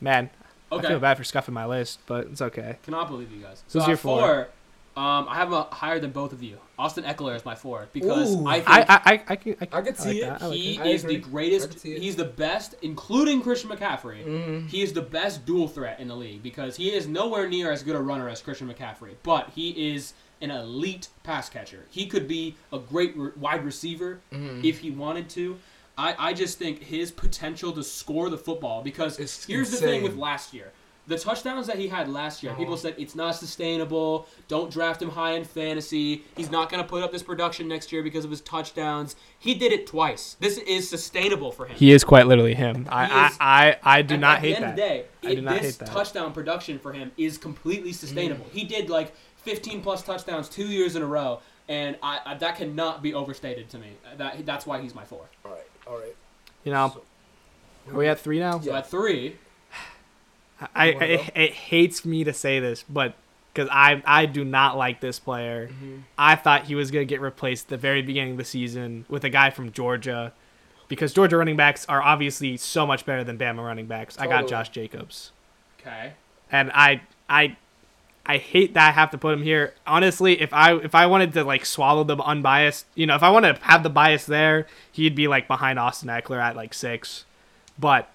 S2: man, I feel
S1: Okay,
S2: bad for scuffing my list, but it's okay.
S1: cannot believe you guys.
S2: Who's
S1: So
S2: your
S1: at four? Um, I have a higher than both of you. Austin Eckler is my four because
S3: Ooh.
S1: I think
S2: I I I, I can I,
S3: I could
S2: I like
S3: see it.
S2: that. I like
S1: he
S3: that. I
S1: is the
S3: agree. I
S1: greatest.
S3: can see it.
S1: He's the best, including Christian McCaffrey.
S2: Mm.
S3: Mhm.
S1: He is the best dual threat in the league because he is nowhere near as good a runner as Christian McCaffrey, but he is an elite pass catcher. He could be a great re- wide receiver
S2: Mm-hmm.
S1: if he wanted to. I, I just think his potential to score the football because
S3: It's
S1: here's the thing
S3: insane.
S1: with last year. The touchdowns that he had last year,
S2: Uh-huh.
S1: people said it's not sustainable. Don't draft him high in fantasy. He's not going to put up this production next year because of his touchdowns. He did it twice. This is sustainable for him.
S2: He is quite literally him. I
S1: is-
S2: I, I, I do
S1: And
S2: not
S1: at the
S2: hate
S1: end
S2: that.
S1: Of the day,
S2: I do
S1: it-
S2: not
S1: this
S2: hate that. Mm.
S1: touchdown production for him is completely sustainable. He did like 15 plus touchdowns two years in a row, and I, I that cannot be overstated to me. That that's why he's my four.
S3: All right, all right.
S2: You know, are we at three now?
S1: So at three,
S2: I,
S3: You
S2: I
S3: wanna
S2: it, it hates me to say this, but because I I do not like this player.
S1: Mm-hmm.
S2: I thought he was gonna get replaced at the very beginning of the season with a guy from Georgia, because Georgia running backs are obviously so much better than Bama running backs. I got
S3: Totally.
S2: Josh Jacobs.
S1: okay,
S2: and I I I hate that I have to put him here. Honestly, if I if I wanted to like swallow the unbiased, you know, if I wanted to have the bias there, he'd be like behind Austin Eckler at like six, but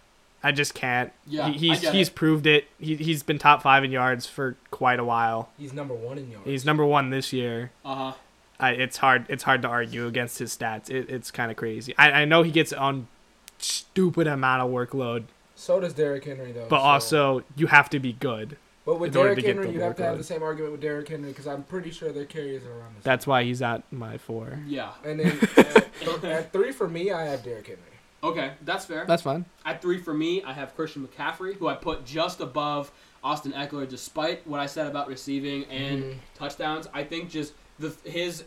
S2: I just can't.
S1: Yeah,
S2: he, he's
S1: I get
S2: he's
S1: it.
S2: proved it. He he's been top five in yards for quite a while.
S3: He's number one in yards.
S2: He's number one this year.
S1: uh huh.
S2: I, it's hard it's hard to argue against his stats. It, it's kind of crazy. I, I know he gets on stupid amount of workload,
S3: so does Derrick Henry though.
S2: but
S3: so-
S2: also you have to be good.
S3: But with
S2: in order
S3: Derrick
S2: to get
S3: Henry,
S2: the
S3: you have to have
S2: workload.
S3: the same argument with Derrick Henry because I'm pretty sure their carries are around the same.
S2: That's why he's at my four. (laughs)
S1: Yeah.
S3: And then (laughs) at, th- at three for me, I have Derrick Henry.
S1: Okay, that's fair.
S2: That's fine.
S1: At three for me, I have Christian McCaffrey, who I put just above Austin Eckler, despite what I said about receiving and touchdowns. I think just the his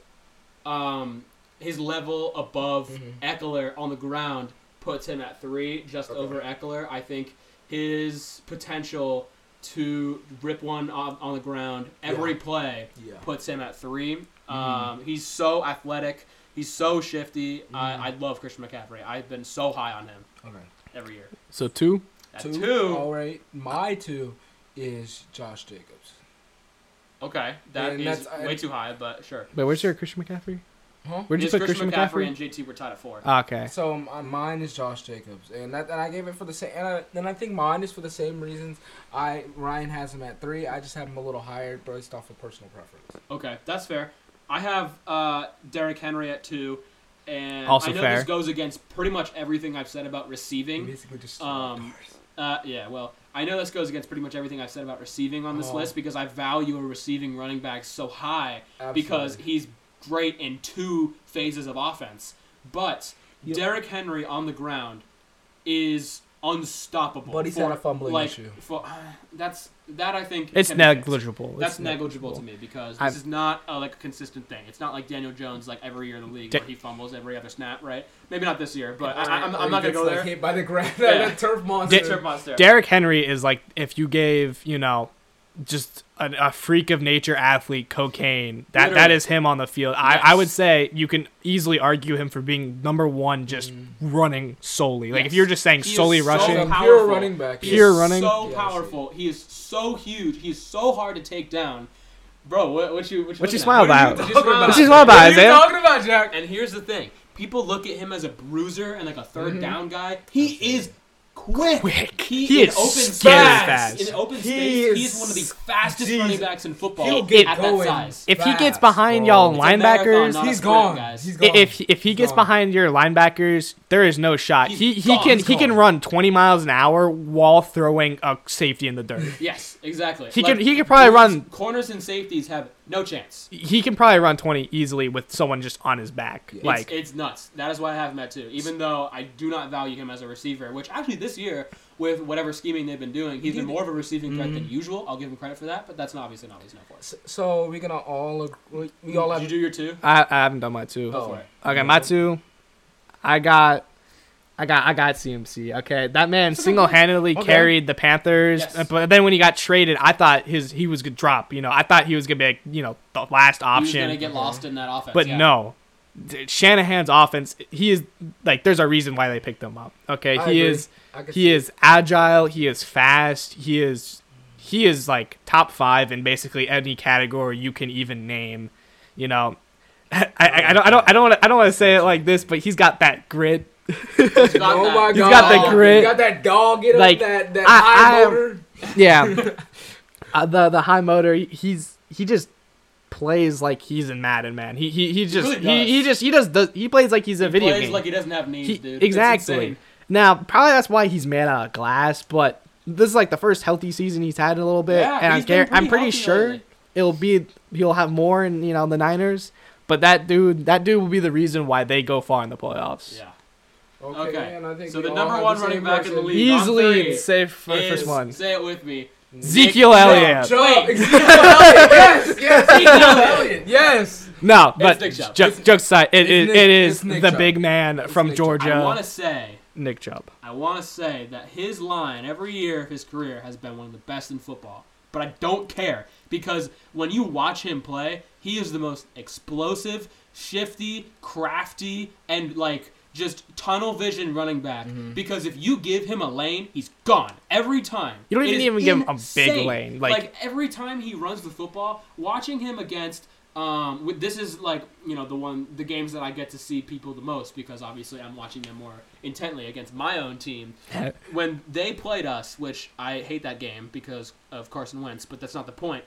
S1: um, his level above Eckler on the ground puts him at three, just over Eckler. I think his potential to rip one on, on the ground every play
S3: Yeah.
S1: puts him at 3 Um, he's so athletic. He's so shifty. I, I love Christian McCaffrey. I've been so high on him
S3: Okay.
S1: every year.
S2: So two. Oh.
S1: At two.
S3: Two. All right. My two is Josh Jacobs.
S1: Okay, that
S3: And
S1: is
S3: that's-
S1: way too high, but sure.
S2: Wait, where's your Christian McCaffrey?
S3: Huh?
S2: uh, Where'd you
S1: Because
S2: put Christian
S1: McCaffrey,
S2: McCaffrey?
S1: and JT were tied at four.
S2: Ah, okay.
S3: So my, mine is Josh Jacobs, and that, and I gave it for the same. And I, and I think mine is for the same reasons. I Ryan has him at three. I just have him a little higher based off of personal preference.
S1: Okay, that's fair. I have uh, Derrick Henry at two, and
S2: Also
S1: I know
S2: fair.
S1: this goes against pretty much everything I've said about receiving.
S3: basically just (laughs)
S1: Um, uh, yeah, well, I know this goes against pretty much everything I've said about receiving on this
S3: Oh.
S1: list because I value a receiving running back so high because he's great in two phases of offense. But
S3: Yeah.
S1: Derrick Henry on the ground is unstoppable.
S3: But he's
S1: for-
S3: had a fumbling
S1: like,
S3: issue.
S1: For, uh, that's that I think
S2: It's
S1: can be fixed.
S2: negligible.
S1: That's
S2: It's
S1: negligible to me because this
S2: I've-
S1: is not a, like a consistent thing. It's not like Daniel Jones like every year in the league
S2: Da-
S1: where he fumbles every other snap, right? Maybe not this year, but I, I, am I'm not gonna go
S3: like
S1: there.
S3: Hit by the (laughs) ground,
S1: Yeah.
S3: that turf monster.
S1: It's your monster.
S2: Derrick Henry is like if you gave you know just a, a freak of nature athlete cocaine. That that
S1: Literally.
S2: is him on the field. I, I
S1: Yes.
S2: would say you can easily argue him for being number one just running solely. Like if
S1: Yes.
S2: you're just saying
S1: He is
S2: solely
S1: so
S2: rushing,
S1: powerful.
S3: He's a pure running back.
S1: He
S2: Pure
S1: is
S2: running.
S1: So
S3: Yeah, I see.
S1: powerful. He is so huge. He is so hard to take down. Bro, what, what you what you,
S2: What you
S1: looking at?
S2: smile about?
S1: What you
S3: What are you talking about?
S2: What you smile about,
S3: What are you
S2: Isaiah?
S3: talking about, Jack?
S1: Mm-hmm. And here's the thing: people look at him as a bruiser and like a 3rd down guy. He is
S6: quick.
S2: Quick.
S1: He,
S2: (laughs) He
S1: in
S2: is
S1: open
S2: scary
S1: space,
S2: fast.
S1: in open
S6: He
S1: space, he
S6: is-
S1: is one of the fastest
S6: Jesus.
S1: running backs in football
S3: He'll get
S1: at
S3: going.
S1: that size.
S2: If he gets
S3: Fast,
S2: behind
S3: bro.
S2: y'all
S1: It's a marathon,
S2: linebackers,
S1: not a
S2: he-
S3: He's
S1: sprint,
S3: gone.
S1: guys.
S3: He's gone.
S2: if if he gets
S3: gone.
S2: behind your linebackers, there is no shot.
S1: He's
S2: He he
S1: gone,
S2: can
S1: he's
S2: he can
S1: gone.
S2: run 20 miles an hour while throwing a safety in the dirt.
S1: Yes, exactly.
S2: He could he could probably
S1: corners-
S2: run
S1: Corners and safeties have no chance.
S2: he can probably run 20 easily with someone just on his back.
S1: It's,
S2: Like
S1: it's nuts. That is why I have him at two. Even though I do not value him as a receiver, which actually this year with whatever scheming they've been doing, he's been more of a receiving threat
S2: Mm-hmm.
S1: than usual. I'll give him credit for that, but that's not obviously not what he's known for.
S3: so we can all agree. We all
S1: Did you
S3: have.
S1: do your two?
S2: I, I haven't done my two.
S1: Go for it.
S2: Okay, my two. I got, I got, I got CMC. Okay, that man single-handedly
S3: Okay.
S2: carried the Panthers.
S1: Yes.
S2: But then when he got traded, I thought his he was gonna drop. You know, I thought he was gonna be like, you know the last
S1: He was gonna
S2: option.
S1: get lost in that offense.
S2: But
S1: yeah.
S2: no, D- Shanahan's offense. He is like there's a reason why they picked him up. Okay,
S3: I
S2: he
S3: agree.
S2: is
S3: I could
S2: he is agile. He is fast. He is he is like top five in basically any category you can even name. You know, (laughs) I, I, I don't I don't I don't wanna, I don't want to say it like this, but he's got that grit. (laughs)
S1: He's got
S3: Oh
S1: that.
S3: my god!
S2: He's got the grit.
S3: He got that dog in him.
S2: Like,
S3: that that
S2: I-
S3: high
S2: I-
S3: motor.
S2: Yeah, uh, the the high motor. He's he just plays like he's in Madden, man. He he, he just
S1: really
S2: he,
S1: does.
S2: he just he does the, he plays like he's a video
S1: plays
S2: game.
S1: like he doesn't have knees,
S2: He-
S1: dude. It's
S2: exactly.
S1: insane.
S2: Now, probably that's why he's made out of glass, but this is like the first healthy season he's had in a little bit,
S1: Yeah,
S2: and I'm,
S1: he's been
S2: gar- I'm
S1: pretty
S2: pretty
S1: healthy
S2: sure
S1: lately.
S2: it'll be he'll have more in you know the Niners. But that dude, that dude will be the reason why they go far in the playoffs.
S1: Yeah.
S3: Okay.
S1: Okay.
S3: And I think
S1: So
S3: we
S1: the
S3: all
S1: number
S3: have
S1: one
S3: the
S1: running
S3: same
S1: back in the
S3: person.
S1: league. on three
S2: Easily safe for
S1: is-
S2: first one.
S1: Say it with me.
S2: Ezekiel Elliott.
S3: Chubb.
S1: Wait.
S3: Ezekiel Elliott. Yes. Yes.
S1: (laughs)
S3: Ezekiel
S2: (laughs)
S3: Elliott. Yes.
S2: No, but
S1: Nick Chubb.
S2: jo-
S3: It's-
S2: jokes aside, it,
S3: it's
S2: it,
S3: Nick-
S2: it is
S3: it's Nick
S2: the
S3: Chubb.
S2: big man from
S3: Nick Chubb.
S2: Georgia,
S1: I want to say,
S2: Nick Chubb.
S1: I want to say that his line every year of his career has been one of the best in football. But I don't care because when you watch him play, he is the most explosive, shifty, crafty, and like just tunnel vision running back.
S2: Mm-hmm.
S1: Because if you give him a lane, he's gone every time.
S2: You don't
S1: It
S2: even-
S1: is
S2: even give him a big
S1: insane.
S2: lane, like-
S1: every time he runs the football, watching him against um, with, this is like you know the one the games that I get to see people the most because obviously I'm watching them more intently against my own team. when they played us, which I hate that game because of Carson Wentz, but that's not the point.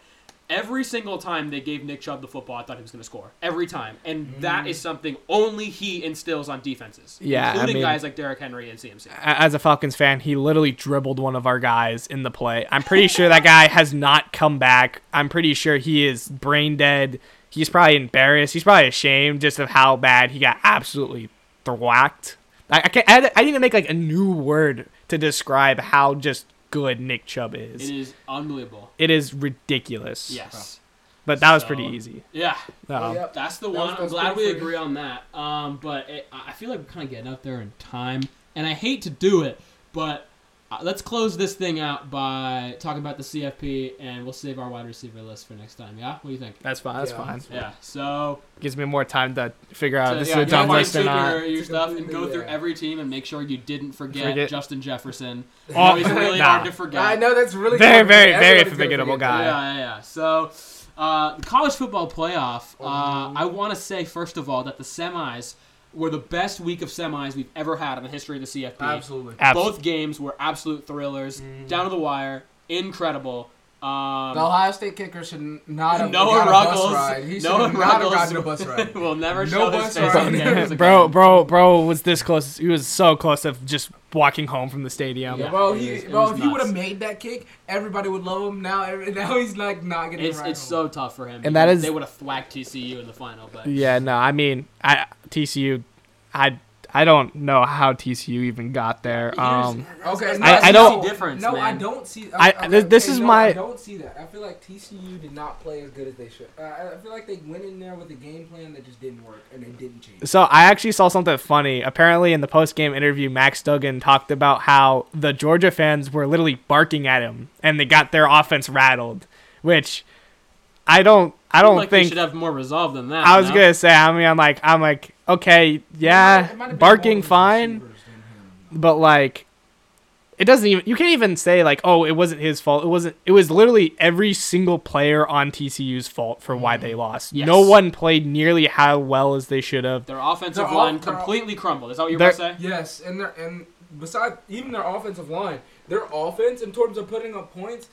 S1: Every single time they gave Nick Chubb the football, I thought he was going to score every time, and that is something only he instills on defenses,
S2: Mm. Yeah, I
S1: including
S2: mean-
S1: guys like Derrick Henry and CMC.
S2: A- As a Falcons fan, he literally dribbled one of our guys in the play. I'm pretty sure that
S1: (laughs)
S2: guy has not come back. I'm pretty sure he is brain dead. He's probably embarrassed. He's probably ashamed just of how bad he got absolutely thwacked. I, I can't. I, had- I need to make like a new word to describe how just good Nick Chubb is.
S1: It is unbelievable.
S2: It is ridiculous.
S1: Yes.
S2: but that was
S1: So-
S2: pretty easy.
S1: Yeah.
S2: Um,
S3: Yep.
S1: That's the
S3: That
S1: one.
S3: was-
S1: I'm
S3: that's
S1: glad
S3: pretty
S1: we
S3: free.
S1: agree on that. Um, but it, I I feel like we're kind of getting up there in time, and I hate to do it, but uh, let's close this thing out by talking about the CFP, and we'll save our wide receiver list for next time. Yeah, what do you think?
S2: That's fine. That's
S3: Yeah.
S2: fine.
S1: Yeah. So,
S2: Gives me more time to figure out
S1: so,
S2: if Uh, this
S1: yeah,
S2: is a
S1: you
S2: dumb
S1: guys
S2: list uh, or
S1: take
S2: not.
S1: Your, your
S3: It's
S1: stuff and
S3: completely,
S1: go through
S3: yeah.
S1: every team and make sure you didn't forget,
S2: Forget-
S1: Justin Jefferson.
S2: Oh,
S1: Oh, he's really
S2: (laughs) nah.
S1: hard to forget.
S3: I know that's really
S2: Very,
S3: good.
S2: very, very
S3: Everybody's gonna
S2: forgettable
S3: forget
S2: guy.
S1: Yeah, yeah, yeah. So, uh, the college football playoff.
S2: Mm-hmm.
S1: Uh, I want to say first of all that the semis were the best week of semis we've ever had in the history of the CFP.
S3: that. Absolutely.
S2: Abs- Mm-hmm.
S1: Both games were absolute thrillers. Down to the wire, incredible.
S3: The
S1: Um,
S3: Ohio State kicker should not have
S1: Noah
S3: got a
S1: Ruggles.
S3: bus ride. He should
S1: Noah
S3: have not have
S1: Ruggles.
S3: gotten a bus
S1: (laughs)
S3: ride.
S1: we'll never
S3: No
S1: show
S3: bus
S1: his face
S3: ride.
S1: on
S2: (laughs)
S1: cameras again.
S2: bro, bro, bro was this close. He was so close of just walking home from the stadium.
S1: Yeah.
S3: Bro,
S1: it
S3: he,
S1: was- it
S3: bro,
S1: was
S3: if he
S1: nuts.
S3: would have made that kick, everybody would love him. Now, every, (laughs) now he's like not getting.
S1: It's,
S3: a ride
S1: it's
S3: home.
S1: so tough for him.
S2: And that
S1: because
S2: is-
S1: they would have thwacked TCU in the final, but
S2: Yeah, no, I mean, I TCU, I I don't know how TCU even got there. Um,
S3: okay.
S1: I-
S2: I don't-
S1: difference,
S3: No, I
S1: man.
S3: don't see.
S2: I-
S3: okay,
S2: this- this
S3: okay,
S2: is
S3: no,
S2: my-
S3: I don't see that. I feel like TCU did not play as good as they should. Uh, I I feel like they went in there with a game plan that just didn't work and they didn't change.
S2: so I actually saw something funny. Apparently, in the post game interview, Max Duggan talked about how the Georgia fans were literally barking at him, and they got their offense rattled, which I don't, I don't
S1: like they
S2: think.
S1: should have more resolve than that.
S2: I was
S1: no?
S2: gonna say. I mean, I'm like, I'm like, okay, yeah,
S3: It might have been more
S2: barking
S3: the
S2: fine.
S3: receivers than him.
S2: but like it doesn't even you can't even say like oh it wasn't his fault it wasn't it was literally every single player on TCU's fault for why they lost
S1: Mm. Yes.
S2: no one played nearly how well as they should have
S1: Their offensive
S3: Their off-
S1: line
S3: their-
S1: completely crumbled. Is that what you were
S2: Their-
S1: going to say?
S3: Yes, and they're and besides even their offensive line, their offense in terms of putting up points,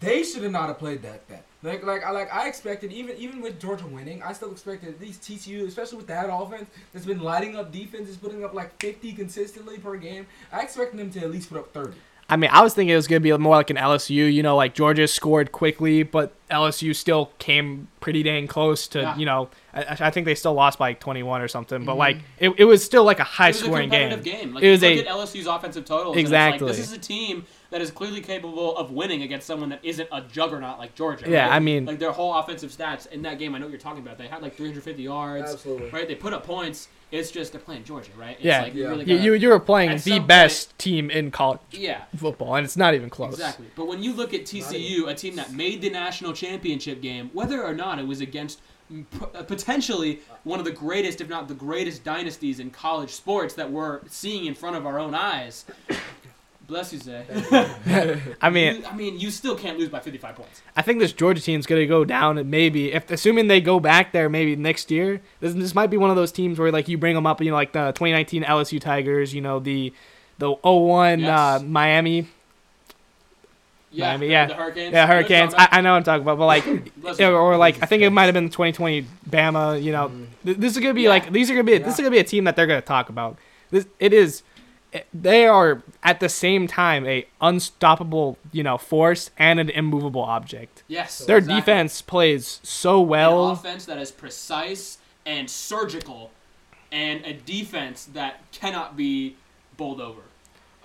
S3: they should have not have played that bad. Like like I like I expected even even with Georgia winning, I still expected at least TCU, especially with that offense that's been lighting up defenses, putting up like fifty consistently per game. I expected them to at least put up thirty.
S2: I mean, I was thinking it was going to be more like an LSU, you know, like Georgia scored quickly, but LSU still came pretty dang close to,
S1: Yeah. Mm-hmm.
S2: you know, I, I think they still lost by like 21 or something, but like it, it was still like a high
S1: It was a
S2: scoring game.
S1: competitive game. Like,
S2: It
S1: you
S2: was
S1: look at
S2: a-
S1: LSU's offensive totals. and it's
S2: Exactly.
S1: like, this is a team that is clearly capable of winning against someone that isn't a juggernaut like Georgia.
S2: Yeah,
S1: right?
S2: I mean-
S1: like their whole offensive stats in that game. I know what you're talking about. They had like 350 yards.
S3: Absolutely.
S1: Right. They put up points. It's just they're playing Georgia, right? It's
S2: Yeah.
S1: Like, you
S3: Yeah.
S1: Really
S2: You,
S1: gotta-
S2: you, you were playing
S1: At
S2: the
S1: some
S2: best team in college
S1: yeah.
S2: football, and it's not even close.
S1: Exactly. But when you look at TCU, a team that made the national championship game, whether or not it was against mm, p- uh, potentially one of the greatest, if not the greatest, dynasties in college sports that we're seeing in front of our own eyes. (coughs) Bless you, Zay.
S2: I mean,
S1: You- I mean, you still can't lose by 55 points.
S2: I think this Georgia team's going to go down and maybe if assuming they go back there maybe next year. This this might be one of those teams where like you bring them up, you know, like the 2019 LSU Tigers, you know, the the 01 uh,
S1: Yes.
S2: Miami
S1: Yeah,
S2: Miami, yeah.
S1: The Hurricanes.
S2: yeah, Hurricanes. I, I know what I'm talking about,
S1: (laughs)
S2: but like
S1: Bless
S2: or,
S1: you.
S2: or, like I think it might have been the 2020 Bama, you know. Th- This is going to be
S1: Mm. Yeah.
S2: like these are going to be this is
S3: Yeah.
S2: going to be a team that they're going to talk about. This it is it- they are at the same time a unstoppable, you know, force and an immovable object.
S1: yes.
S2: Their
S1: exactly.
S2: defense plays so
S1: An
S2: well.
S1: offense that is precise and surgical, and a defense that cannot be bowled over.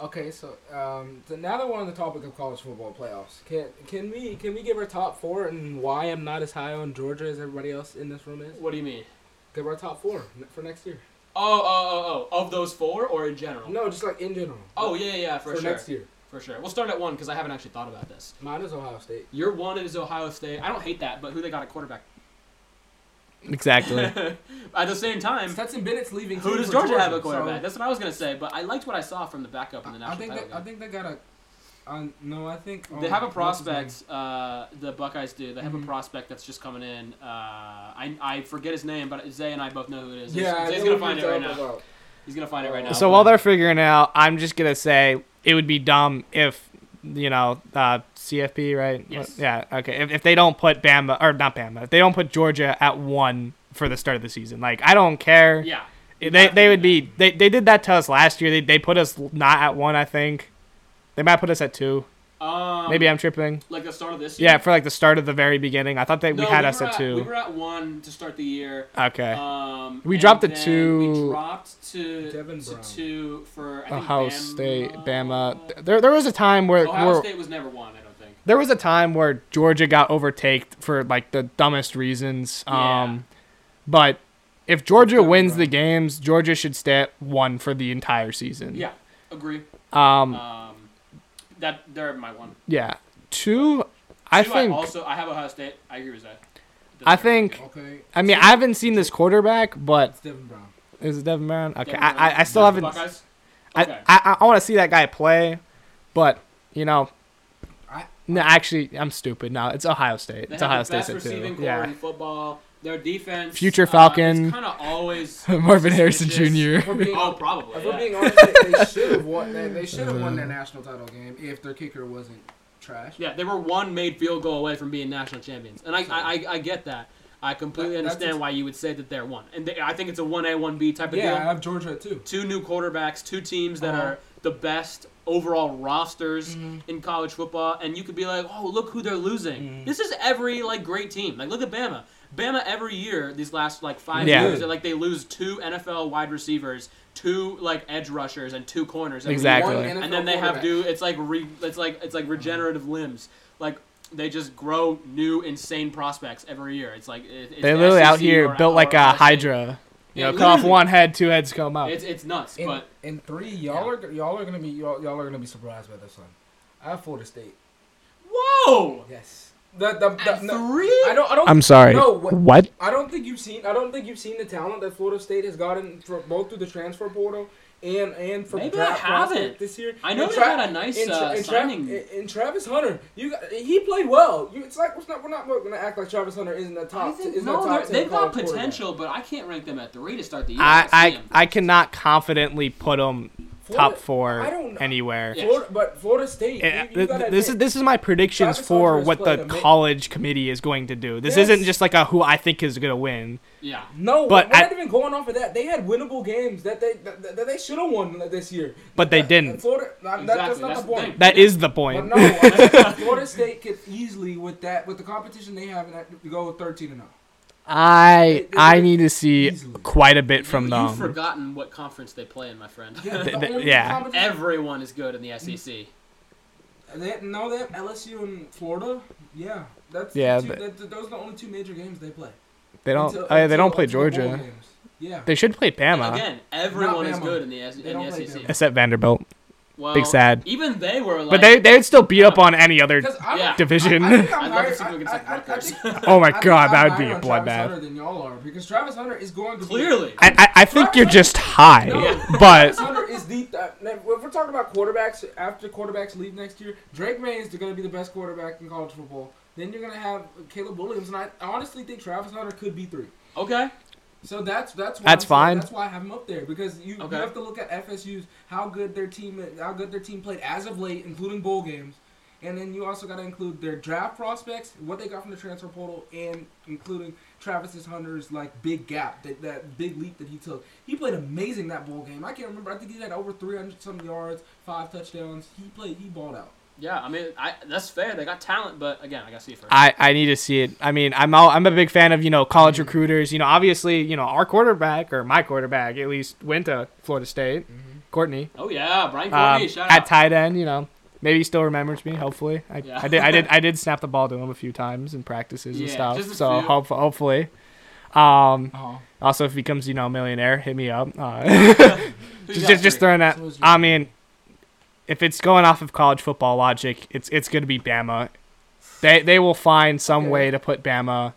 S3: Okay, so um, so now that we're on the topic of college football playoffs, can can we can we give our top four and why I'm not as high on Georgia as everybody else in this room is?
S1: What do you mean?
S3: Give our top four n- for next year.
S1: Oh, oh, oh, oh. Of those four, or in general?
S3: No, just like in general.
S1: Oh yeah, yeah, yeah, for,
S3: for
S1: sure.
S3: next year.
S1: For sure. We'll start at one because I haven't actually thought about this.
S3: Mine is Ohio State.
S1: Your one is Ohio State. I don't hate that, but who they got at quarterback? (laughs)
S2: Exactly.
S1: At the same time,
S3: Stetson Bennett's leaving.
S1: Um, who
S3: too
S1: does
S3: for
S1: Georgia have
S3: so
S1: at quarterback? That's what I was gonna say, but I liked what I saw from the backup in the
S3: I, I
S1: national
S3: think
S1: title
S3: that, I
S1: game.
S3: think they got a. Uh, no, I think
S1: They
S3: um,
S1: have a
S3: what's his name?
S1: prospect. Uh, the Buckeyes do. They have
S3: Mhm.
S1: a prospect that's just coming in. Uh, I, I forget his name, but Zay and I both know who it is.
S3: Yeah, I
S1: Zay's gonna
S3: know who
S1: find it
S3: you're
S1: right
S3: talking
S1: now.
S3: about.
S1: He's gonna find it right now.
S2: Oh. so while they're figuring out, I'm just gonna say it would be dumb if you know uh, CFP, right?
S1: Yes.
S2: Yeah. Okay. If, if they don't put Bama or not Bama, if they don't put Georgia at one for the start of the season, like I don't care.
S1: yeah,
S2: They they would be they, they did that to us last year. They they put us not at one. I think they might put us at two.
S1: um,
S2: Maybe I'm tripping.
S1: like the start of this. Year.
S2: Yeah, for like the start of the very beginning. I thought that
S1: No,
S2: we had
S1: were
S2: us at two.
S1: We were at one to start the year.
S2: okay.
S1: Um,
S2: We
S1: and
S2: dropped to
S1: then
S2: two-
S1: We dropped to,
S3: Devin
S1: to
S3: Brown.
S1: two for I think
S2: Ohio
S1: Bama.
S2: State, Bama. Th- There, there was a time where,
S1: Ohio
S2: where
S1: State was never one, I don't think.
S2: there was a time where Georgia got overtaked for like the dumbest reasons. Um, but if Georgia
S3: Devin
S2: wins
S3: Brown.
S2: the games, Georgia should stay at one for the entire season.
S1: Yeah, agree.
S2: Um,
S1: Um, that they're my one.
S2: yeah. Two, I
S1: uh, Two,
S2: think.
S1: I also I have Ohio State. I agree with that. That's what
S2: I
S1: I'm
S2: think.
S1: thinking.
S3: Okay,
S2: I mean, I haven't seen this quarterback, but
S3: it's Devin Brown.
S2: is it Devin Brown? Okay,
S1: Devin
S2: I, I, I
S1: Brown,
S2: still haven't. I,
S1: Buckeyes?
S2: I,
S1: Okay.
S2: I, want to see that guy play, but you know.
S3: I-
S2: No, actually, I'm stupid. No, it's Ohio State.
S1: They
S2: it's
S1: have
S2: Ohio
S1: the
S2: State's
S1: best
S2: at
S1: receiving
S2: two.
S1: core
S2: Yeah.
S1: in football. Their defense.
S2: Future
S1: uh,
S2: Falcon.
S1: kind of always.
S2: (laughs) Marvin Harrison
S1: suspicious.
S2: Jr.
S3: If we're being,
S1: Oh, probably.
S3: if
S1: yeah.
S3: we're being honest, they, they should have won. They, they should have won their national title game if their kicker wasn't trash.
S1: Yeah, they were one made field goal away from being national champions, and I I, I, I get that. I completely
S3: That- that's
S1: understand
S3: ex-
S1: why you would say that they're one, and they, I think it's a one A one B type of
S3: Yeah, I
S1: deal.
S3: have Georgia too.
S1: Two new quarterbacks, two teams that
S3: Uh-huh. Mm-hmm.
S1: are the best overall rosters in college football, and you could be like, oh, look who they're losing.
S3: Mm-hmm.
S1: This is every like great team. Like look at Bama. Bama every year these last like five
S2: Yeah.
S1: years, they're like they lose two NFL wide receivers, two like edge rushers, and two corners. every
S2: Exactly.
S3: One
S2: And
S3: NFL
S1: and then they have
S3: quarterback.
S1: do it's like re, it's like it's like regenerative limbs like they just grow new insane prospects every year it's like it, it's
S2: They're literally
S1: SEC
S2: out
S3: E
S2: here
S1: or-
S2: built
S1: or
S2: like a
S1: Ohio State.
S2: hydra. You
S1: Yeah,
S2: know, cut off
S1: literally.
S2: one head, two heads come up.
S1: it's it's nuts
S3: In,
S1: but
S3: in three, y'all are y'all are gonna be y'all, y'all are gonna be surprised by this one. I have Florida State.
S1: whoa
S3: Yes. The, the, the,
S1: At
S3: no,
S1: three
S3: I don't. I don't.
S2: I'm sorry.
S3: No, what,
S2: What?
S3: I don't think you've seen. I don't think you've seen the talent that Florida State has gotten for, both through the transfer portal and and from
S1: Maybe
S3: draft
S1: I haven't.
S3: prospect this year.
S1: I know
S3: And
S1: they had a nice, uh,
S3: and
S1: signing.
S3: and- and Travis Hunter, you got- he played well. You, it's like we're not we're not going to act like Travis Hunter isn't a
S1: I
S3: top.
S1: think,
S3: isn't a
S1: no,
S3: top
S1: they're-
S3: 10
S1: they've got
S3: college quarterback.
S1: potential, but I can't rank them at three to start the year.
S2: I,
S1: see
S2: I
S1: 'em.
S2: I cannot confidently put them top
S3: Florida- I
S2: four
S3: don't know.
S2: anywhere.
S3: Florida, but Florida State.
S2: Eh,
S3: you, you gotta
S2: this is
S3: admit,
S2: this is my predictions
S3: Travis
S2: for
S3: Hunter is
S2: what
S3: playing
S2: the
S3: ama-
S2: college committee is going to do. This
S3: Yes.
S2: isn't just like a who I think is gonna win.
S1: Yeah.
S3: no,
S2: but
S3: but we're
S2: I-
S3: not even going off of that. They had winnable games that they that, that- that they should have won this year.
S2: But they
S3: That-
S2: didn't.
S3: Florida, not- that- that's
S1: Exactly,
S3: not
S1: that's
S3: the
S1: the
S3: point.
S1: thing.
S2: That is the
S3: But
S2: point.
S3: no, I mean, Florida State could easily with that with the competition they have and go thirteen and oh. zero.
S2: I
S3: They- they-
S2: I need to see
S3: Easily.
S2: quite a bit from
S1: you, You've
S2: them.
S1: forgotten what conference they play in, my friend.
S3: Yeah,
S2: Th-
S3: the
S2: th-
S3: only
S2: yeah.
S1: (laughs)
S3: competition-
S1: Everyone is good in the E SEC.
S3: They, no, they have LSU and Florida. Yeah, that's
S2: Yeah,
S3: yeah. Two,
S2: but-
S3: that, that- those are the only two major games they play.
S2: They don't
S3: Until-
S2: oh yeah, they
S3: until-
S2: don't play
S3: until the bowl
S2: Georgia.
S3: games. Yeah.
S2: They should play Bama
S1: Again, everyone is
S3: Bama.
S1: good in the, S-
S3: They
S1: in
S3: don't
S1: the
S3: play
S1: SEC.
S3: Bama.
S2: except Vanderbilt.
S1: Well,
S2: Big sad.
S1: Even they were like.
S2: But they they'd still beat up on any other.
S3: uh, Because I'm-
S1: Yeah.
S2: Division. (laughs)
S3: I, I think
S1: I'd love
S3: I'm
S1: to
S3: higher,
S1: see them against
S3: I-
S1: like
S3: I- I- I
S1: Rutgers.
S3: think-
S2: Oh
S3: I
S2: my
S3: think
S2: god,
S3: I'm
S2: that would
S3: higher
S2: be a
S3: on Travis Hunter
S2: bloodbath.
S3: Than y'all are because Travis Hunter is going to be-
S1: Clearly.
S2: I, I, I think you're just high,
S1: Yeah.
S2: but
S3: Travis Hunter is the. Uh, if we're talking about quarterbacks after quarterbacks leave next year, Drake May is going to be the best quarterback in college football. Then you're going to have Caleb Williams, and I honestly think Travis Hunter could be three.
S1: okay.
S3: So that's that's why
S2: That's
S3: I'm saying-
S2: fine.
S3: That's why I have them up there because you,
S1: Okay.
S3: you have to look at FSU's how good their team how good their team played as of late, including bowl games, and then you also got to include their draft prospects, what they got from the transfer portal, and including Travis Hunter's like big gap that that big leap that he took. He played amazing that bowl game. I can't remember. I think he had over 300 some yards, five touchdowns. He played. He balled out.
S1: Yeah, I mean, I, that's fair. They got talent, but again, I got to see it first.
S2: I, I need to see it. I mean, I'm all, I'm a big fan of you know college
S3: Mm-hmm.
S2: recruiters. You know, obviously, you know our quarterback or my quarterback at least went to Florida State,
S3: Mm-hmm.
S2: Courtney.
S1: oh, yeah. Brian
S2: Um,
S1: Courtney, shout
S2: at
S1: out.
S2: tight end, you know, maybe he still remembers me. Hopefully, I,
S1: Yeah.
S2: I did I
S1: (laughs)
S2: did I did snap the ball to him a few times in practices and
S1: Yeah,
S2: stuff.
S1: just a
S2: So
S1: few.
S2: hope, hopefully, um,
S3: Oh,
S2: also if he becomes you know a millionaire, hit me up. Uh, (laughs)
S1: Who you
S2: just
S1: got
S2: just, just
S1: three?
S2: throwing that.
S3: So is your-
S2: I mean, if it's going off of college football logic, it's it's going to be Bama. They they will find some
S3: Okay.
S2: way to put Bama.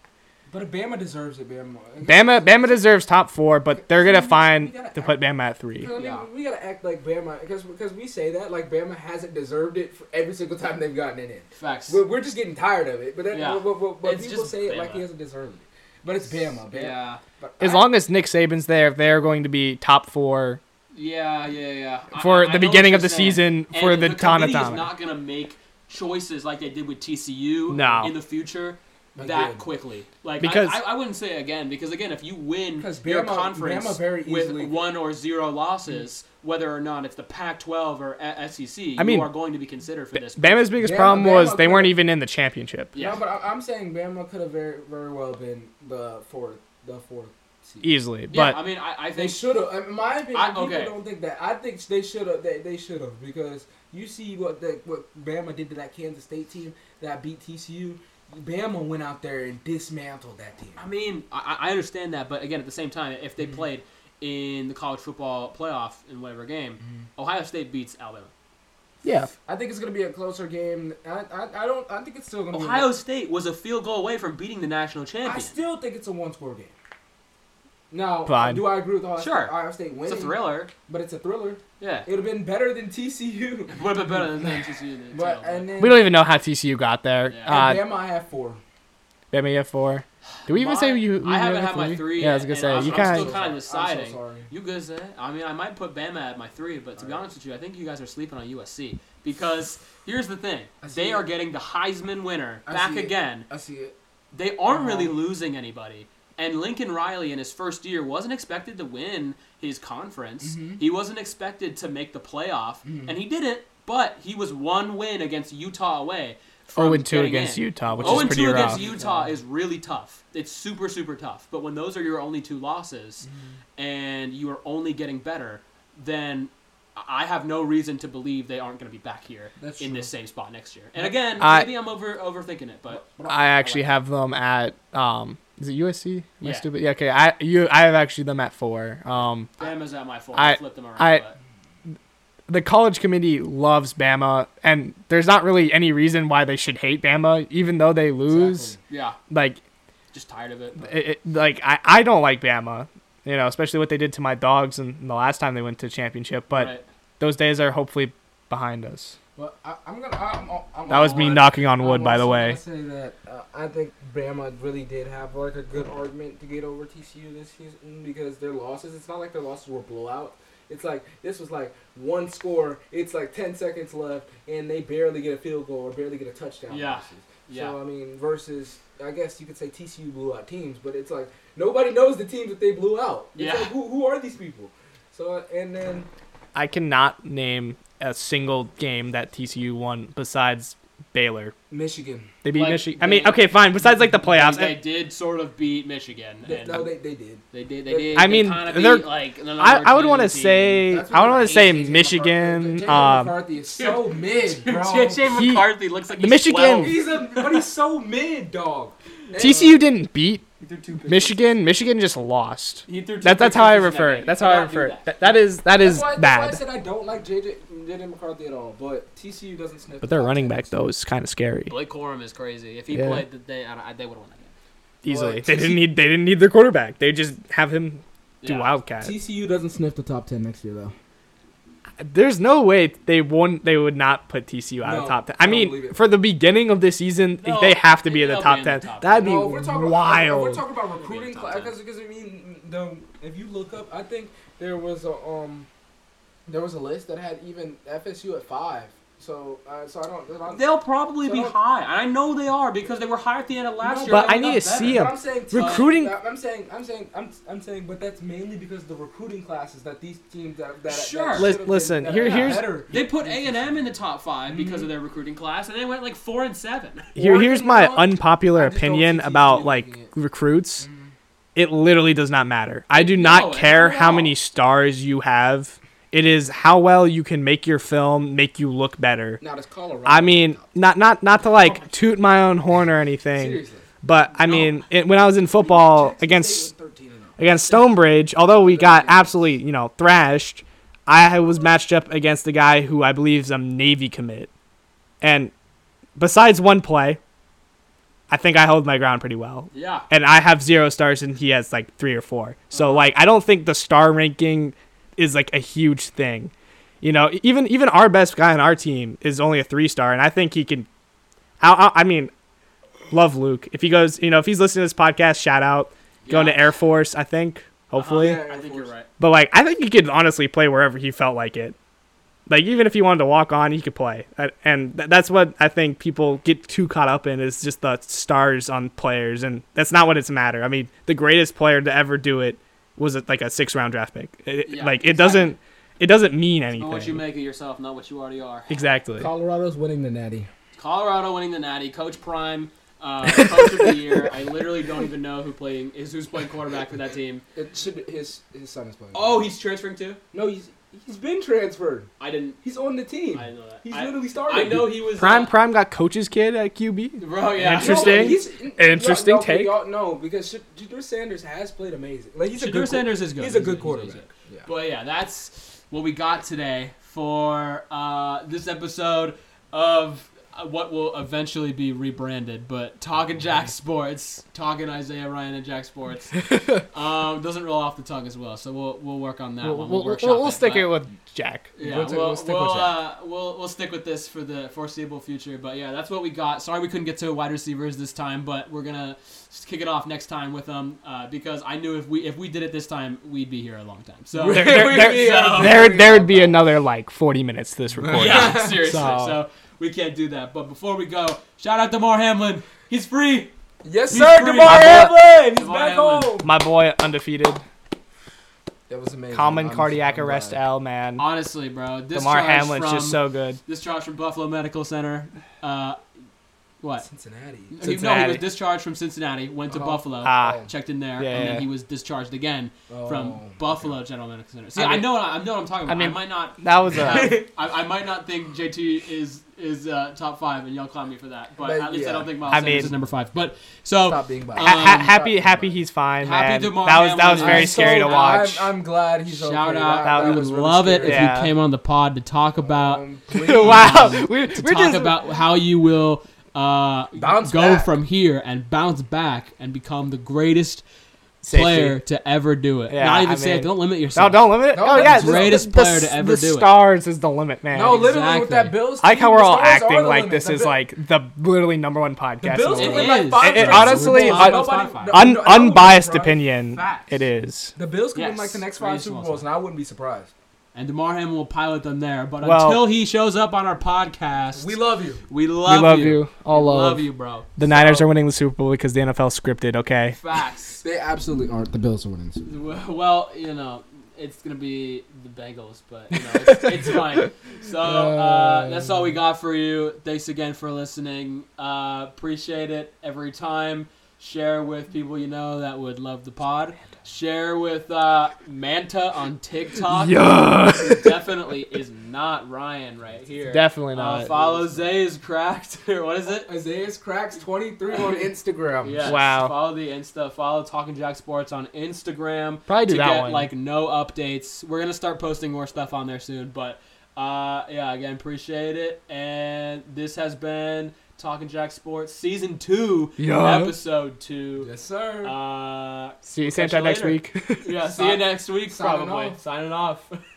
S3: but Bama deserves it. Bama.
S2: Bama Bama deserves top four, but they're gonna
S3: We
S2: find
S3: gotta
S2: to put Bama at three.
S3: Because, I mean,
S1: Yeah.
S3: we gotta act like Bama because because we say that like Bama hasn't deserved it for every single time they've gotten it in.
S1: Facts.
S3: We're, we're just getting tired of it, but that,
S1: Yeah.
S3: but, but- but- but
S1: It's
S3: people
S1: just
S3: say it like
S1: Bama.
S3: he hasn't deserved it. But it's Bama, Bama.
S1: Yeah.
S3: But
S2: As
S3: I-
S2: long as Nick Saban's there, they're going to be top four
S1: Yeah, yeah, yeah. I- I-
S2: for
S1: I
S2: the
S1: know what
S2: beginning
S1: you're
S2: of the
S1: saying.
S2: season
S1: And
S2: for the,
S1: committee is
S2: Tanatana.
S1: not gonna make choices like they did with TCU
S2: No.
S1: in the future
S3: They
S1: that
S3: did.
S1: quickly. Like
S2: Because-
S1: because I, I, wouldn't say again because again if you win
S3: Because
S1: your
S3: Bama-
S1: conference
S3: Bama very
S1: with
S3: easily-
S1: one or zero losses, whether or not it's the Pac-12 or a- SEC,
S2: I mean,
S1: you are going to be considered for this.
S2: Bama's biggest
S3: Bama-
S2: problem was
S3: Bama
S2: they weren't
S3: could've-
S2: even in the championship.
S1: yeah.
S3: No, but I, I'm saying Bama could have very very well been the fourth the fourth seed.
S2: Easily,
S1: yeah,
S2: but
S1: I mean, I, I
S3: They
S1: think
S3: should have. In my opinion,
S1: I- okay.
S3: people don't think that. I think they should have. They, they should have because you see what the, what Bama did to that Kansas State team that beat TCU. Bama went out there and dismantled that team.
S1: I mean, I, I understand that, but again, at the same time, if
S3: Mm-hmm.
S1: they played in the college football playoff in whatever game,
S3: Mm-hmm.
S1: Ohio State beats Alabama.
S2: yeah,
S3: I think it's gonna be a closer game. I, I, I don't. I think it's still gonna.
S1: Ohio
S3: Be
S1: State was a field goal away from beating the national
S3: a, I
S1: champion.
S3: still think it's a one-score game. Now,
S2: Fine.
S3: do I agree with Ohio
S1: Sure.
S3: State? Ohio State
S1: It's
S3: winning.
S1: a thriller.
S3: but it's a thriller.
S1: Yeah.
S3: It would have been better than
S1: (laughs)
S3: TCU.
S1: Would have been better than TCU. in the
S3: But
S1: title,
S3: and then
S2: we don't even know how TCU got there.
S1: Yeah.
S2: Uh,
S3: and Bama had four.
S2: Bama at four. Do we even
S1: My-
S2: say you? you
S1: I haven't
S2: have
S1: had my three.
S2: Yeah, I was gonna
S1: and
S2: say
S1: I'm,
S2: you
S1: I'm
S2: kind
S1: still
S2: of.
S1: kind
S3: I'm
S1: of
S3: so
S1: deciding.
S3: sorry.
S1: you guys, uh, I mean, I might put Bama at my three, but to be honest with you, I think you guys are sleeping on USC because here's the thing:
S3: I see
S1: they
S3: it.
S1: are getting the Heisman winner
S3: I
S1: back
S3: see it.
S1: again.
S3: I see it.
S1: They aren't
S3: Uh-huh.
S1: really losing anybody. And Lincoln Riley in his first year wasn't expected to win his conference.
S2: Mm-hmm.
S1: He wasn't expected to make the playoff, and he didn't. But he was one win against Utah away.
S2: Oh,
S1: from
S2: and two
S1: getting
S2: against
S1: in.
S2: Utah, which
S1: Oh,
S2: is
S1: and
S2: pretty
S1: two
S2: rough.
S1: against Utah is really tough. It's super super tough. But when those are your only two losses,
S2: Mm-hmm.
S1: and you are only getting better, then I have no reason to believe they aren't going to be back here
S3: That's
S1: in
S3: true.
S1: this same spot next year. And again,
S2: I-
S1: maybe I'm over overthinking it, but
S2: I actually have them at um. Is it USC? Am I
S1: Yeah.
S2: stupid? Yeah. Okay. I you I have actually them at four. Um,
S1: Bama's at my fault.
S2: I-
S1: I, flipped them around.
S2: I-
S1: but.
S2: the college committee loves Bama, and there's not really any reason why they should hate Bama, even though they lose.
S1: Yeah,
S2: Like
S1: just tired of it. but-
S2: it, it- like I, I don't like Bama, you know, especially what they did to my dogs and the last time they went to championship. But
S1: Right.
S2: those days are hopefully behind us.
S3: Well, I, I'm gonna. I'm, I'm
S2: That was me
S3: all-
S2: knocking on wood,
S3: I'm
S2: by the
S3: also
S2: way.
S3: gonna say that uh, I think Bama really did have like a good argument to get over TCU this season because their losses. It's not like their losses were blowout. It's like this was like one score. It's like ten seconds left, and they barely get a field goal or barely get a touchdown.
S1: Yeah.
S3: versus.
S1: Yeah.
S3: So I mean, versus I guess you could say TCU blew out teams, but it's like nobody knows the teams that they blew out. It's
S1: Yeah.
S3: Like, who who are these people? So and then
S2: I cannot name a single game that TCU won besides Baylor.
S3: Michigan.
S2: They beat
S1: Like,
S2: Michigan. I mean,
S1: they-
S2: okay, fine. Besides like the playoffs,
S1: They, they did sort of beat Michigan.
S3: They,
S1: And
S3: no, they, they did.
S1: they did. They did.
S2: I
S1: they
S2: mean,
S1: kinda beat,
S2: they're-
S1: like the
S2: I,
S1: number
S2: I would
S1: two
S2: want to
S1: team. (laughs)
S2: say
S3: That's
S2: I would
S3: what
S2: want
S3: I
S2: to say
S3: hate JJ
S2: Michigan.
S3: Jacob
S2: Um,
S3: McCarthy is so (laughs) mid, bro.
S1: JJ
S2: He-
S1: McCarthy looks like
S2: the
S1: he's
S2: Michigan-
S1: 12.
S3: He's a, but he's so mid, dog. And-
S2: TCU didn't beat
S6: He threw two picks.
S2: Michigan. Michigan just lost.
S1: He threw two
S2: That, that's how I
S1: picks in that
S2: refer
S1: game.
S2: it. That's
S1: You
S2: how I
S1: cannot do
S2: refer it.
S1: that.
S2: That, that is that
S3: That's
S2: is
S3: why, That's
S2: bad.
S3: why I said I don't like JJ, JJ McCarthy at all. But TCU doesn't sniff.
S2: But their running back though is kind of scary.
S1: Blake Corum is crazy. If he
S2: Yeah.
S1: played, they I don't, I- they would have won that game.
S2: Easily,
S3: Well,
S2: they didn't
S3: TC
S2: need they didn't need their quarterback. They just have him do
S1: Yeah.
S2: wildcat.
S3: TCU doesn't sniff the top ten next year though.
S2: There's no way they won't. They would not put TCU out of
S3: No,
S2: top ten.
S3: I
S2: I
S3: don't believe
S2: mean,
S3: it.
S2: for the beginning of the season,
S1: No,
S2: they have to be in
S1: they'll
S2: the
S1: be
S2: top
S1: in the
S2: ten.
S1: top
S2: That'd be
S3: No, if we're talking About, if
S2: wild.
S3: we're talking about
S1: It'll be
S3: recruiting
S1: in the top
S3: class,
S1: ten.
S3: because because I mean, the, if you look up, I think there was a um, there was a list that had even FSU at five. So uh, so I don't. I don't
S1: They'll probably be
S3: So-
S1: high. I know they are because they were high at the end of last
S3: No,
S1: year.
S2: but
S1: and they
S2: I need
S1: got
S2: to
S1: better.
S2: see 'em.
S3: But I'm saying
S2: Recruiting-
S3: I'm saying. I'm saying. I'm, I'm saying. But that's mainly because the recruiting classes that these teams that that
S1: Sure.
S3: That
S1: Lis-
S3: should've
S2: listen,
S3: Been, that
S2: here-
S3: are
S2: here's-
S3: better.
S1: They put A and M in the top 5 because of their recruiting class, and they went like four and seven. (laughs)
S2: Here, here's my
S3: Oregon,
S2: unpopular
S3: I just don't
S2: opinion
S3: see TCU
S2: about
S3: making
S2: like
S3: it.
S2: recruits. It literally does not matter. I do not
S1: No,
S2: care
S1: not at
S2: how
S1: all.
S2: many stars you have. It is how well you can make your film make you look better.
S3: Now does Colorado.
S2: I mean, not not not to like toot my own horn or anything,
S3: seriously.
S2: but I mean, it, when I was in football
S3: Jackson
S2: against
S3: State went 13 and oh.
S2: against Stonebridge, although we got absolutely, you know, thrashed, I was matched up against a guy who I believe is a Navy commit. And besides one play, I think I held my ground pretty well.
S1: Yeah.
S2: And I have zero stars and he has like three or four. So like I don't think the star ranking is like a huge thing. You know, e-, even even our best guy on our team is only a three star, and I think he can. I, I, I mean, love Luke. If he goes, you know, if he's listening to this podcast, shout out going
S1: Yeah.
S2: to Air Force, I think, hopefully.
S3: Oh, Yeah,
S1: I think you're right.
S2: But like, I think he could honestly play wherever he felt like it. Like even if he wanted to walk on, he could play, That- and th- that's what I think people get too caught up in is just the stars on players, and that's not what it's matter. I mean, the greatest player to ever do it was a, like a six round draft pick. It-
S1: Yeah,
S2: like it doesn't, it doesn't mean anything.
S1: But what you make of yourself, not what you already are.
S2: exactly.
S3: Colorado's winning the Natty.
S1: Colorado winning the Natty. Coach Prime, uh, (laughs) coach of the year. I literally don't even know who playing is who's playing quarterback for that team.
S3: It should his his son is playing.
S1: Oh, he's transferring too.
S3: no, he's he's been transferred.
S1: I didn't.
S3: He's on the team.
S1: I didn't know that.
S3: He's
S1: I,
S3: literally starting.
S1: I know he was
S2: Prime
S1: uh,
S2: Prime got coach's kid at QB.
S1: Bro, yeah.
S3: No, but
S2: Interesting.
S3: he's-
S2: Interesting
S3: y'all, y'all,
S2: take.
S3: Y'all, no, because Sha- Shadur Sanders has played amazing. Like he's a
S1: Shadur
S3: good. Sanders.
S1: Sanders is good.
S3: He's a good quarterback. Yeah.
S1: But yeah, that's what we got today for uh, this episode of uh, what will eventually be rebranded, but talking Jack Sports, talking Isaiah Ryan and Jack (laughs) Sports, um, doesn't roll off the tongue as well. So we'll we'll work on that one. We'll, workshop but-
S2: with Jack.
S1: Yeah, we'll
S3: We'll take-
S1: we'll
S3: we'll stick with
S1: we'll,
S3: Jack.
S1: uh, we'll we'll stick with this for the foreseeable future. But yeah, that's what we got. Sorry we couldn't get to wide receivers this time, but we're gonna s- kick it off next time with them uh, because I knew if we if we did it this time, we'd be here a long time. So
S2: (laughs) There, there,
S1: So-
S2: there, Oh, there, there would be another like forty minutes to this (laughs) recording.
S1: yeah, seriously.
S2: So-
S1: So. we can't do that. But before we go, shout out to Mar Hamlin. He's free.
S3: Yes,
S1: He's
S3: sir.
S1: free.
S3: Demar
S2: My boy-
S3: Hamlin. He's
S1: Damar
S3: back
S1: Hamlin.
S3: home.
S2: My boy undefeated.
S3: That was amazing.
S2: Common cardiac arrest L man.
S1: Honestly, bro, this
S2: Damar
S1: charge
S2: Hamlin's
S1: from,
S2: just so good.
S1: This charge from Buffalo Medical Center. Uh, what?
S3: Cincinnati.
S1: He- No, he
S2: Cincinnati.
S1: was discharged from Cincinnati. Went to
S3: Oh.
S1: Buffalo.
S2: Ah.
S1: checked in there,
S2: Yeah,
S1: and
S2: yeah.
S1: then he was discharged again from
S3: Oh,
S1: Buffalo General Medical Center. See,
S2: I
S1: I,
S2: mean-
S1: know, what I, I know what I'm talking
S2: I
S1: about. I,
S2: mean-
S1: might (laughs) not.
S2: That was (laughs) a.
S1: I, I might not think JT is is uh, top five, and y'all clown me for that. But
S3: But,
S1: at least
S3: yeah.
S1: I don't think Miles
S2: I
S1: Sanders
S2: mean-
S1: is number five. But so
S3: Stop being biased.
S2: ha- ha-
S1: Um,
S2: happy, happy he's fine,
S1: Happy
S2: man.
S1: Damar
S2: that was that was
S1: Hamlin
S2: very
S1: is
S2: scary to
S1: so-
S2: watch.
S3: I'm, I'm glad he's okay.
S1: Shout out.
S3: That,
S1: we
S3: that
S1: would
S3: was really
S1: love it
S3: scary.
S1: if
S2: Yeah.
S1: you came on the pod to talk about
S3: Um, (laughs)
S2: (laughs) wow,
S1: um,
S2: we, are
S1: to talk
S2: just
S1: about how you will uh,
S3: Bounce
S1: go
S3: back.
S1: from here and bounce back and become the greatest
S2: safety.
S1: player to ever do it.
S2: Yeah,
S1: Not even
S2: I
S1: say
S2: mean-
S1: it. Don't limit yourself.
S2: No, don't limit it.
S3: Don't
S2: oh
S3: limit
S2: yeah,
S3: it.
S2: the-
S1: Greatest
S2: the,
S1: player
S2: the,
S1: to ever
S2: the
S1: do it.
S2: stars is the limit, man.
S3: no, literally
S1: Exactly.
S3: with that Bills.
S2: I like how
S3: team,
S2: we're
S3: the
S2: all
S3: stars are
S2: acting
S3: the
S2: like
S3: limit.
S2: this
S3: The
S2: is
S3: Bill-
S2: like the literally number one
S3: the
S2: podcast.
S3: Bills
S2: in
S3: can
S2: the
S1: win
S2: world.
S3: win
S1: It
S3: like
S1: is.
S3: five.
S2: It- it
S3: straight
S2: honestly-
S3: Super Bowls.
S2: un-
S3: Nobody-
S1: un-
S3: no-
S2: Un-
S3: no-
S2: unbiased
S3: bro.
S2: opinion,
S1: Facts.
S2: it is.
S3: The Bills could win
S1: Yes.
S3: like the next five
S1: Greatest
S3: Super
S1: ones.
S3: Bowls, and I wouldn't be surprised.
S1: and Demar Hamlin will pilot them there. But
S2: Well-
S1: until he shows up on our podcast,
S3: We love you.
S1: we
S2: we
S1: love,
S2: love you. All
S1: We
S2: love.
S1: love you, bro.
S2: The Niners are winning the Super Bowl because the NFL scripted. Okay.
S1: Facts. (laughs)
S6: They absolutely aren't. The Bills are winning.
S1: Well, you know, it's gonna be the Bengals, but you know, it's,
S2: (laughs)
S1: it's fine. So uh, that's all we got for you. Thanks again for listening. Uh, appreciate it every time. Share with people you know that would love the pod. Share with uh, Manta on TikTok.
S2: (laughs) Yeah.
S1: who definitely is not Ryan right here.
S2: Definitely
S1: Uh,
S2: not.
S1: follow Zay's cracked. (laughs) or what is it?
S3: Isaiah's cracks 23 on (laughs) Instagram.
S1: Yes.
S2: Wow.
S1: Follow the Insta. Follow Talking Jack Sports on Instagram
S2: Probably do
S1: to
S2: that
S1: get
S2: one.
S1: like no updates. We're gonna start posting more stuff on there soon, but uh, yeah, again, appreciate it. And this has been Talking Jack Sports season two,
S2: Yeah.
S1: episode two.
S3: Yes, sir.
S1: Uh,
S2: See you
S1: We'll
S2: same
S3: (laughs)
S1: catch you
S2: time next
S1: later.
S2: week.
S1: yeah. See you next week,
S3: signing
S1: probably.
S3: off.
S1: Signing off.